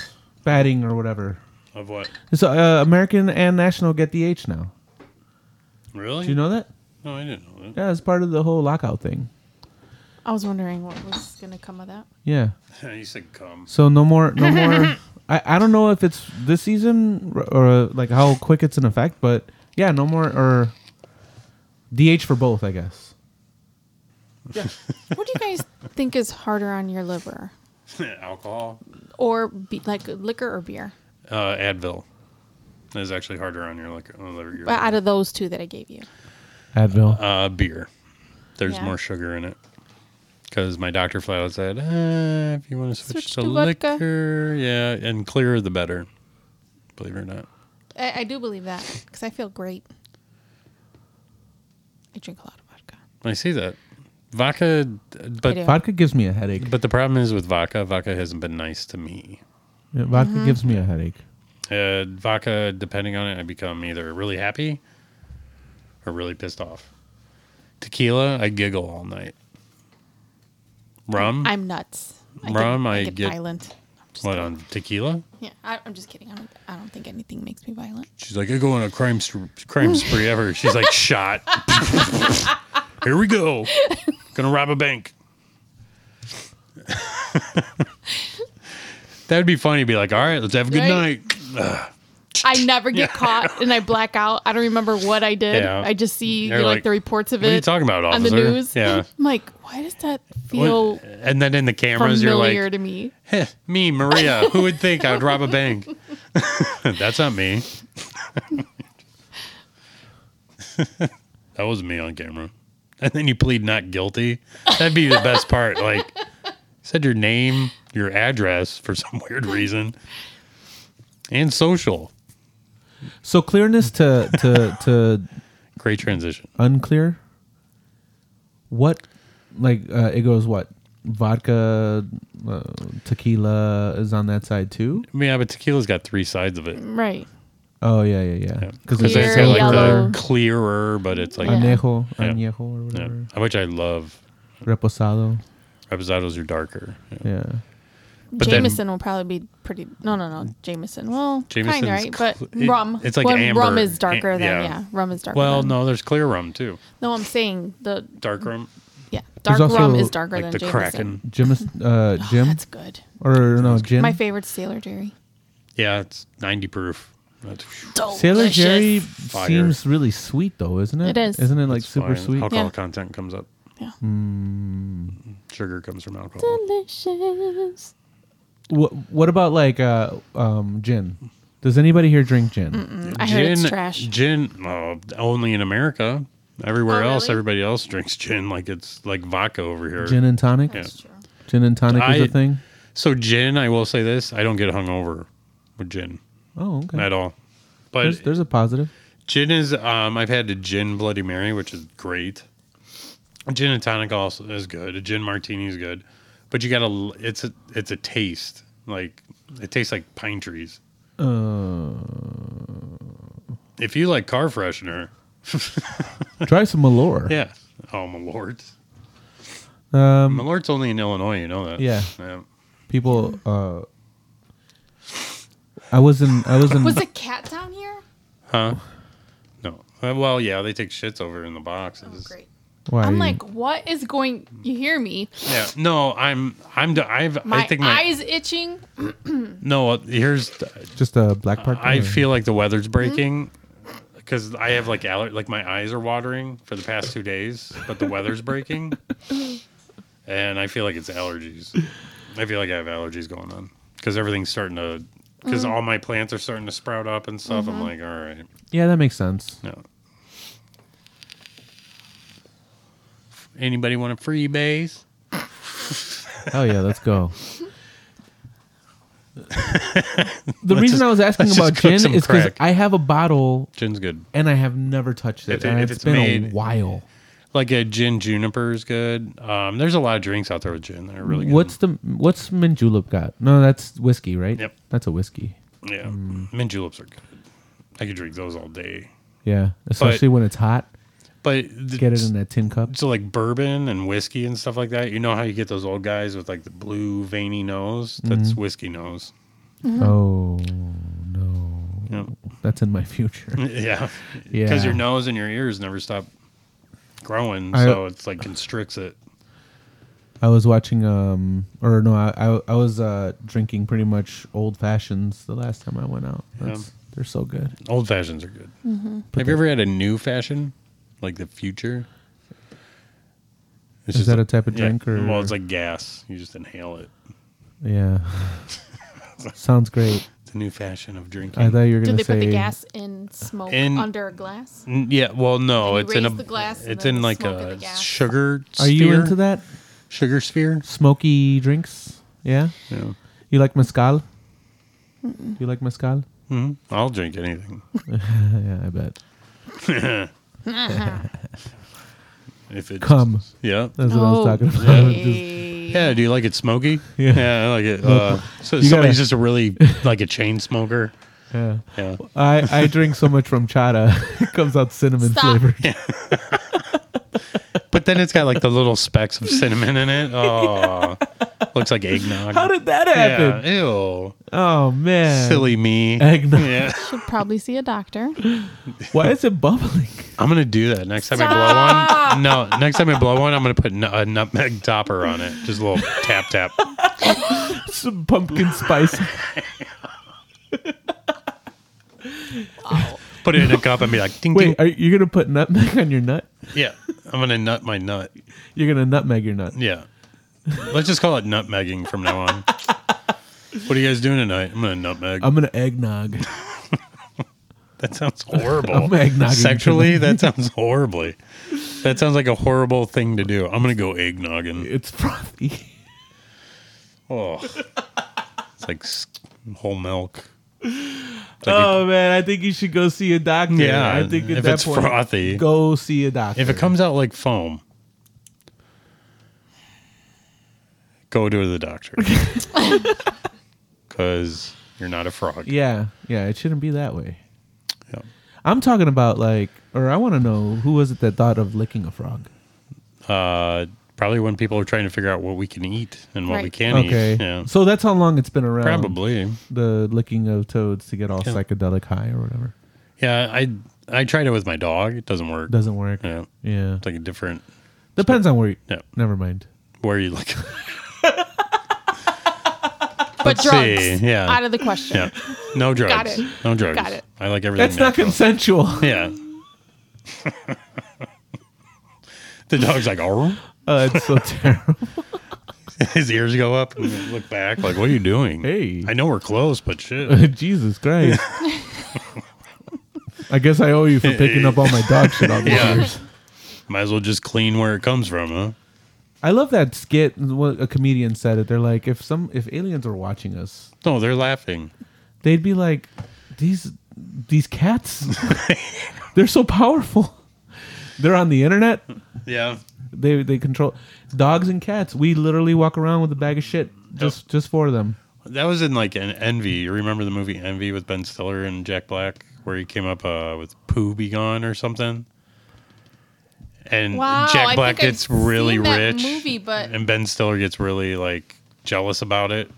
batting or whatever. of what? So uh, American and National get the H now. Really? Do you know that? no, I didn't know that. Yeah, it's part of the whole lockout thing. I was wondering what was going to come of that. Yeah. you said come. So no more, no more. I, I don't know if it's this season or, or like how quick it's in effect, but yeah, no more or DH for both, I guess. What do you guys think is harder on your liver? Alcohol. Or be, like liquor or beer? Uh, Advil. That is actually harder on your liquor. on liver- your But out liver. of those two that I gave you. Advil. uh, beer. There's Yeah. more sugar in it. Because my doctor flat out said, uh, if you want to switch, Switch to, to vodka." liquor, yeah, and clearer the better. Believe it or not. I, I do believe that because I feel great. I drink a lot of vodka. I see that. Vodka, but do. Vodka gives me a headache. But the problem is with vodka, vodka hasn't been nice to me. Yeah, vodka Uh-huh. gives me a headache. Uh, vodka, depending on it, I become either really happy or really pissed off. Tequila, I giggle all night. Rum, I'm nuts. Rum, I get, get- violent. I'm just what kidding. on tequila? Yeah, I, I'm just kidding. I don't, I don't think anything makes me violent. She's like, I go on a crime str- crime spree ever. She's like, shot. Here we go. Gonna rob a bank. that would be funny. Be like, all right, let's have a good Right. night. Ugh. I never get caught and I black out. I don't remember what I did. Yeah. I just see They're you know, like, like, the reports of what are you it talking about, on the officer? news. Yeah. I'm like, why does that feel What- and then in the cameras, you're familiar like, to me? "Heh, Eh, me, Maria, who would think I would rob a bank? That's not me. that was me on camera. And then you plead not guilty. That'd be the best part. Like, said your name, your address for some weird reason, and social. So clearness to to to Great transition. unclear. What, like uh, it goes what vodka, uh, tequila is on that side too. Yeah, but tequila's got three sides of it. right. Oh yeah yeah yeah. Yeah. Because Mm. Clear, it's got like yellow. the clearer, but it's like Yeah. añejo Yeah. añejo or Yeah, whatever which I love. reposado. Reposados are darker. Yeah. Yeah. But then- Jameson will probably be pretty. No, no, no. Jameson. Well, kind Jameson's of right, but cl- it- rum. it's like well, amber. rum is darker Eh, than yeah. yeah. Rum is darker. Well, than, no, there's clear rum too. no, I'm saying the Dark rum, yeah dark also, rum is darker like than the Jameson. Kraken. Jim is- uh Oh, Jim that's good. or no Jim. My favorite Sailor Jerry. Yeah, it's 90 proof. That's Delicious. Sailor Jerry Fire. seems really sweet though, isn't it? It is. Isn't it like super fine. sweet? Hmm. Alcohol Yeah. content comes up. Yeah. Sugar comes from alcohol. Delicious. What, what about like uh um gin? Does anybody here drink gin? I heard it's trash. Gin, oh, only in America. Everywhere Oh, else, really? everybody else drinks gin like it's like vodka over here. Gin and tonic. That's true. Gin and tonic is I- a thing. So gin, I will say this: I don't get hungover with gin Oh, okay. at all. But there's, there's a positive. Gin is. Um, I've had a gin Bloody Mary, which is great. A Gin and tonic also is good. A gin martini is good, but you gotta. l- It's a. It's a taste. Like it tastes like pine trees. Uh. If you like car freshener, Try some Malor. yeah. Oh, Malort. Um, Malort's only in Illinois. You know that. Yeah. yeah. people. Uh, I was in. I was in. Was a cat down here? Huh. No. Uh, Well, yeah, they take shits over in the boxes. Oh, great. why are I'm you- like, what is going? You hear me? Yeah. No, I'm. I'm. d- I've. My, I think my. eyes itching. no. Here's. just a black part. I feel like the weather's breaking because I have like aller- like my eyes are watering for the past two days, but the weather's breaking, and I feel like it's allergies. I feel like I have allergies going on because everything's starting to because all my plants are starting to sprout up and stuff. I'm like, all right, Yeah, that makes sense. no. Anybody want a free base? Oh yeah, let's go. the Let's reason just- I was asking let's just about cook gin some is because crack. I have a bottle Gin's good. and I have never touched it, If it- and if it's it's been a made- while. Like a gin juniper is good. Um, there's a lot of drinks out there with gin that are really good. What's the what's mint julep got? No, that's whiskey, right? Yep. That's a whiskey. Yeah, Mm. mint juleps are good. I could drink those all day. Yeah, especially when it's hot. But the, Get it in that tin cup. so like bourbon and whiskey and stuff like that. You know how you get those old guys with like the blue veiny nose? That's Mm-hmm. whiskey nose. Oh no, Yep. that's in my future. yeah, Yeah. because your nose and your ears never stop growing, I- so it's like constricts it. I was watching, um, or no, I I, I was uh, drinking pretty much old fashions the last time I went out. That's, They're so good. Old fashions are good. Have you ever had a new fashion, like the future? It's Is just that a type of yeah, drink or? well, it's like gas. You just inhale it. yeah. Sounds great. It's a new fashion of drinking. I thought you were Did gonna they say put the gas in smoke In- under a glass? N- Yeah, well, no, you it's in a raise the glass and it's then in the like smoke of the a gas. sugar. Are you sphere? into that sugar sphere? smoky drinks? Yeah. Yeah. You like mezcal? You like mezcal? hmm I'll drink anything yeah, I bet. if it's Come. Yeah. That's what I Oh, was talking about. Just- Yeah. Do you like it smoky? Yeah. I like it. Uh, so You somebody's gotta- just a really like a chain smoker. yeah. Yeah. I, I drink so much from Chata, it comes out cinnamon Stop. flavored. But then it's got like the little specks of cinnamon in it. Oh, looks like eggnog. How did that yeah. happen? uh, Ew. Oh man, Silly me. Eggnog. Yeah. Should probably see a doctor. Why is it bubbling? I'm gonna do that next time I blow one. No, next time I blow one, I'm gonna put nu- a nutmeg topper on it. Just a little tap tap. Some pumpkin spice. put it in a cup and be like, ding, Wait, ding. are you gonna put nutmeg on your nut? Yeah, I'm gonna nut my nut. You're gonna nutmeg your nut. Yeah, let's just call it nutmegging from now on. What are you guys doing tonight? I'm gonna nutmeg. I'm gonna eggnog. that sounds horrible. I'm eggnogging Sexually, that sounds horribly. That sounds like a horrible thing to do. I'm gonna go eggnogging. It's frothy. Oh, it's like s- whole milk. It's like Oh man, I think you should go see a doctor. you- yeah, I think at if that it's point, frothy, go see a doctor. if it comes out like foam, go to the doctor because you're not a frog. yeah, yeah, it shouldn't be that way. Yeah. I'm talking about like, or I want to know who was it that thought of licking a frog? Uh, probably when people are trying to figure out what we can eat and what we Right. can Okay, eat. Yeah, so um, that's how long it's been around. probably. the licking of toads to get all psychedelic high or whatever Yeah, I I tried it with my dog. It doesn't work. doesn't work. Yeah, yeah, it's like a different depends on where. You, Yeah. Never mind. where you like. But drugs see, yeah. out of the question. Yeah, no drugs. Got it. No drugs. Got it. I like everything. That's not natural. consensual. Yeah. the dog's like, oh. Uh, it's so terrible. His ears go up and look back, like, what are you doing? Hey. I know we're close, but shit. Jesus Christ. I guess I owe you for picking up all my dog shit on the Yeah. years. Might as well just clean where it comes from, huh? I love that skit. What a comedian said it. They're like, if some if aliens were watching us, No, they're laughing. they'd be like, these these cats, they're so powerful. They're on the internet. Yeah. They they control dogs and cats. We literally walk around with a bag of shit just just for them. That was in like an Envy. You remember the movie Envy with Ben Stiller and Jack Black, where he came up uh, with Pooh Be Gone or something? And Wow, I Jack Black think I've gets really seen that rich. movie, but- And Ben Stiller gets really like jealous about it.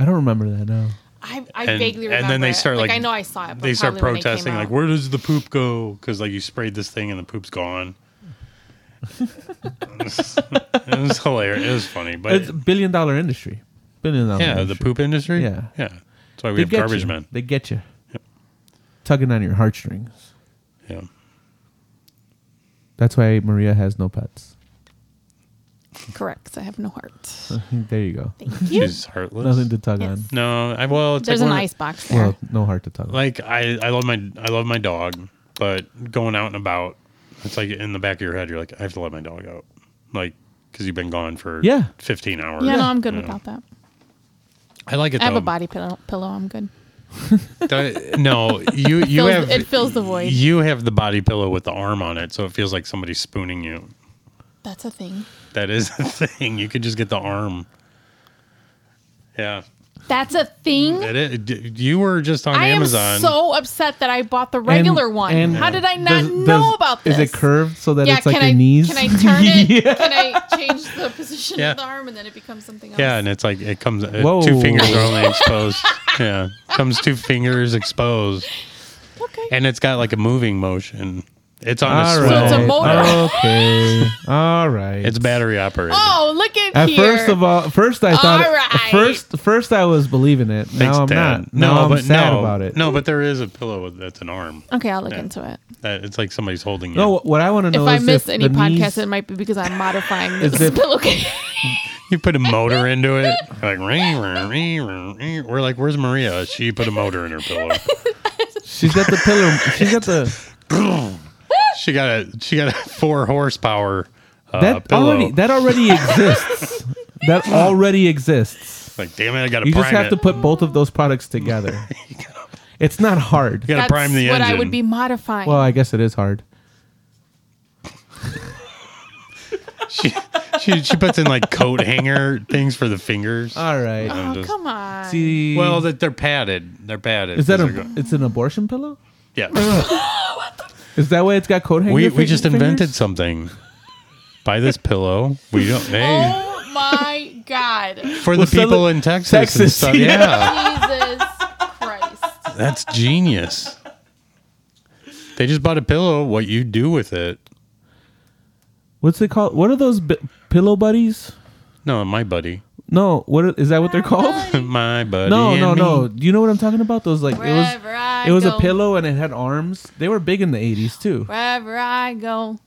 I don't remember that now. I, I And- vaguely and remember. then they it. start, like, I know I saw it. But they start probably when it came protesting like out. where does the poop go because like you sprayed this thing and the poop's gone it was hilarious it was funny but It's a billion dollar industry. Billion dollar. yeah the industry. poop industry Yeah. yeah that's why we They have get garbage you. men They get you. Tugging on your heartstrings. yeah That's why Maria has no pets. correct. 'cause I have no heart. there you go. Thank you. she's heartless Nothing to tug Yes. no I, well it's There's like an one of- ice box on. there. Well, no heart to tug on. like I, I love my I love my dog, but going out and about, it's like in the back of your head, you're like, I have to let my dog out, like because you've been gone for Yeah. 15 hours. yeah, no, I'm good Yeah. Um, without that. I like it. I have though. a body pillow. Pillow, I'm good. That- no, you you Fills- have it fills the void. You have the body pillow with the arm on it, so it feels like somebody's spooning you. That's a thing. That is a thing. You could just get the arm. Yeah, That's a thing. that is, d- you were just on I Amazon. am so upset that I bought the regular one. How did I not know about this? Is it curved so that Yeah, it's like can your I knees? can I turn it? Yeah. Can I change the position Yeah. of the arm and then it becomes something else? yeah, and it's like it comes. uh, Whoa. two fingers are only exposed. Yeah, comes two fingers exposed, okay. and it's got like a moving motion. It's on a All swivel. right. it's a motor. Okay. All right. It's battery operated. oh, look at, At here. first of all, first I thought All right. first first I was believing it. Thanks, now I'm Dad. not. Now I'm sad no, about it. No, but there is a pillow that's an arm. okay, I'll look Yeah. into it. That it's like somebody's holding you. No, what I want to If know I is miss if any the podcast, knees, it might be because I'm modifying Is this it- pillowcase. You put a motor into it. Like ring, ring, ring, ring, ring. We're like, where's Maria? She put a motor in her pillow. she's got the pillow. She's got the She got a she got a four horsepower uh, that pillow. already that already exists. that already exists. like, damn it, I gotta You prime just have it. to put both of those products together. it's not hard. you gotta That's prime the what engine. I would be modifying. Well, I guess it is hard. she, she she puts in like coat hanger things for the fingers. All right. I'm oh, just- come on. See, well, that they're padded. They're padded. is that 'cause a? they're go- It's an abortion pillow. yeah? Is that why it's got coat hanger? we we fingers- just fingers? invented something. Buy this pillow. We don't. Hey, Oh my God. for We'll the sell people it- in Texas, and Texas, stuff. yeah. yeah. Jesus Christ. That's genius. They just bought a pillow. What you do with it? What's it called? What are those bi- pillow buddies? No, my buddy, No, what are, is that? What they're called? my buddy. No, and no, me. no. Do you know what I'm talking about? Those like it was Wherever I I It was go, a pillow and it had arms. They were big in the 80s too. Wherever I go.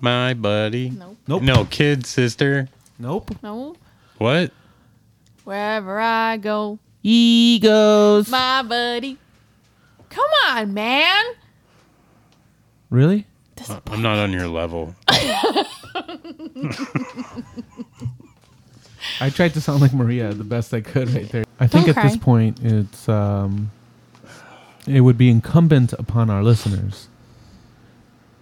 My buddy. Nope. Nope. No, kid, sister. Nope. No. What? Wherever I go. Egos. My buddy. Come on, man. Really? Uh, I'm not on your level. I tried to sound like Maria the best I could right there. I think Don't at this cry. point it's um it would be incumbent upon our listeners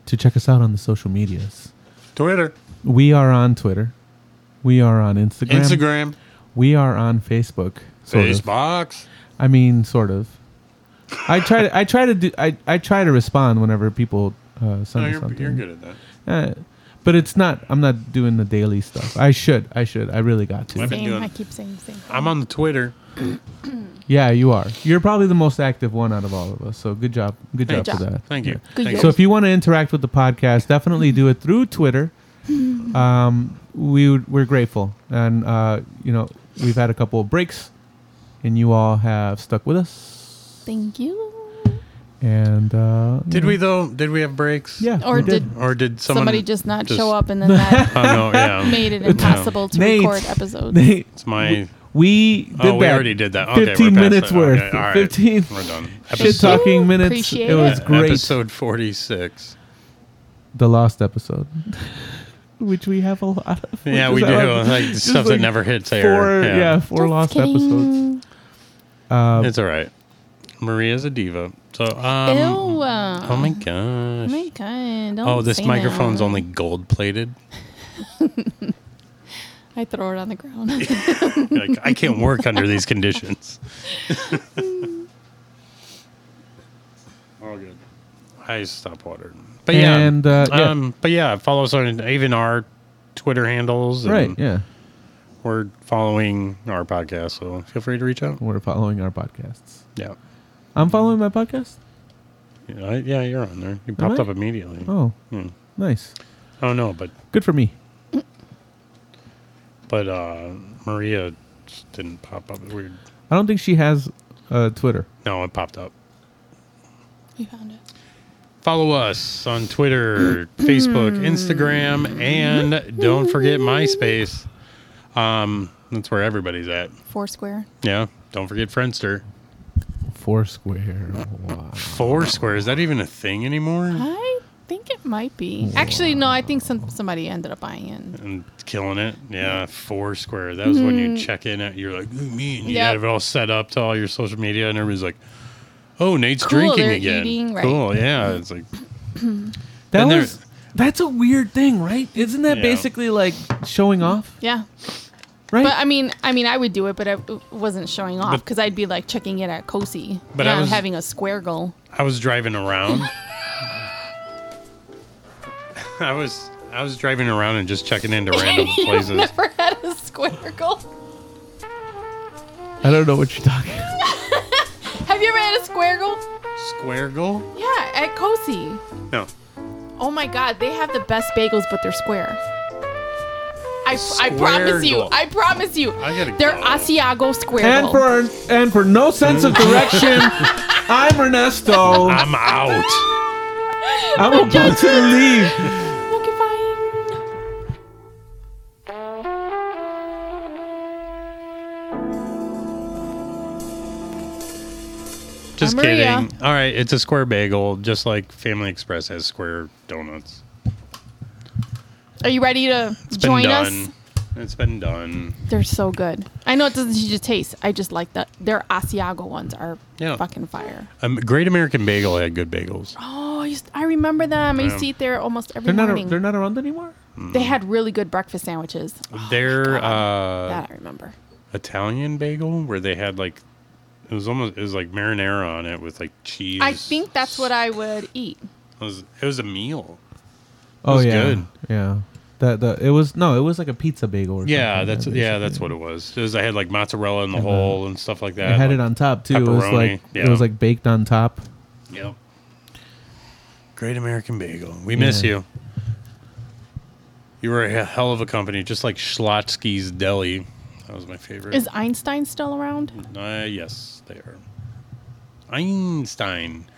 to check us out on the social medias. Twitter. We are on Twitter. We are on Instagram. Instagram. We are on Facebook. Sort of. Facebox. I mean, sort of. I try to I try to do I, I try to respond whenever people uh, send No, me you're, something. you're good at that. Eh, but it's not. I'm not doing the daily stuff. I should. I should. I really got to. I've been Same. doing- I keep saying the same. thing. I'm on the Twitter. Yeah, you are. You're probably the most active one out of all of us. So good job. Good job, Thank for you. that. Thank you. Good Thank So you. if you want to interact with the podcast, definitely do it through Twitter. Um, we would- we're grateful, and uh, you know we've had a couple of breaks, and you all have stuck with us. Thank you. And uh, you Did know, we though? Did we have breaks? Yeah. Or we did Or did someone, somebody just not just- show up and then that Oh no, yeah. made it impossible to Nate. record episodes? Nate, It's my. we did Oh, we that. already did that. Okay, 15 we're past minutes that. worth. Okay, all right. 15 We're done. Shit talking minutes. Appreciate it was it. great. Episode 46. The lost episode, which we have a lot of. Yeah, which we is do. out- Like just stuff like that never hits air. Four, yeah. four Just lost kidding. episodes. Uh, It's all right. Maria's a diva. So, um, Ew. oh my Oh gosh. my God. Don't Oh, this say microphone's that. only gold plated. I throw it on the ground. Like, I can't work under these conditions. all good. I stop water. But yeah. And, uh, yeah. Um, but yeah, follow us on even our Twitter handles. and right, yeah. We're following our podcast, so feel free to reach out. We're following our podcasts. Yeah. I'm following my podcast. Yeah, I- yeah, you're on there. You popped I? up immediately. Oh, Hmm. nice. I don't know, but Good for me. but uh, Maria just didn't pop up. It was Weird. I don't think she has uh, Twitter. No, it popped up. we found it. Follow us on Twitter, Facebook, Instagram, and don't forget MySpace. Um, that's where everybody's at. Foursquare. Yeah, don't forget Friendster. Foursquare. Wow. Foursquare is that even a thing anymore? I think it might be. Actually, no. I think some somebody ended up buying it. And killing it. Yeah, Foursquare. That was when you check in at. You're like, ooh, me, and you Mm-hmm. Yep. have it all set up to all your social media, and everybody's like, oh, Nate's Cool, drinking they're again. eating, right. Cool. Yeah, it's like That Then there- was, that's a weird thing, right? Isn't that Yeah. basically like showing off, Yeah. right? But I mean, I mean, I would do it, but I wasn't showing off But- because I'd be like checking it at Cosi, But but I not was- having a square goal. I was driving around. I was I was driving around and just checking into random You've places. never had a square goal. I don't know what you're talking. Have you ever had a square goal? Square goal? Yeah, at Cosi. No. Oh my God, they have the best bagels, but they're square. I, I Square promise you. goal. I promise you. I gotta they're go. Asiago square And goal. for and for no sense of direction, I'm Ernesto. I'm out. I'm about to leave. Okay, fine. Just I'm kidding. Maria. All right, it's a square bagel, just like Family Express has square donuts. Are you ready to It's join been us? done. It's been done. They're so good. I know it doesn't change the taste. I just like that. Their Asiago ones are Yeah. fucking fire. Um, Great American Bagel had good bagels. Oh, I, used, I remember them. I used to Yeah. eat there almost every They're not. morning. they're not around anymore. they had really good breakfast sandwiches. Their uh, that I remember. Italian bagel where they had like it was almost it was like marinara on it with like cheese. I think that's what I would eat. it was, it was a meal. Oh was yeah, good. yeah. That the it was no, it was like a pizza bagel. Or Yeah, something, that's basically. yeah, that's what it was. It was I had like mozzarella in the And, uh, hole and stuff like that. It had like, it on top too. It was pepperoni, like it yeah. was like baked on top. Yep. Great American Bagel. We miss Yeah. you. You were a hell of a company, just like Schlotsky's Deli. That was my favorite. Is Einstein still around? uh, yes, they are. Einstein.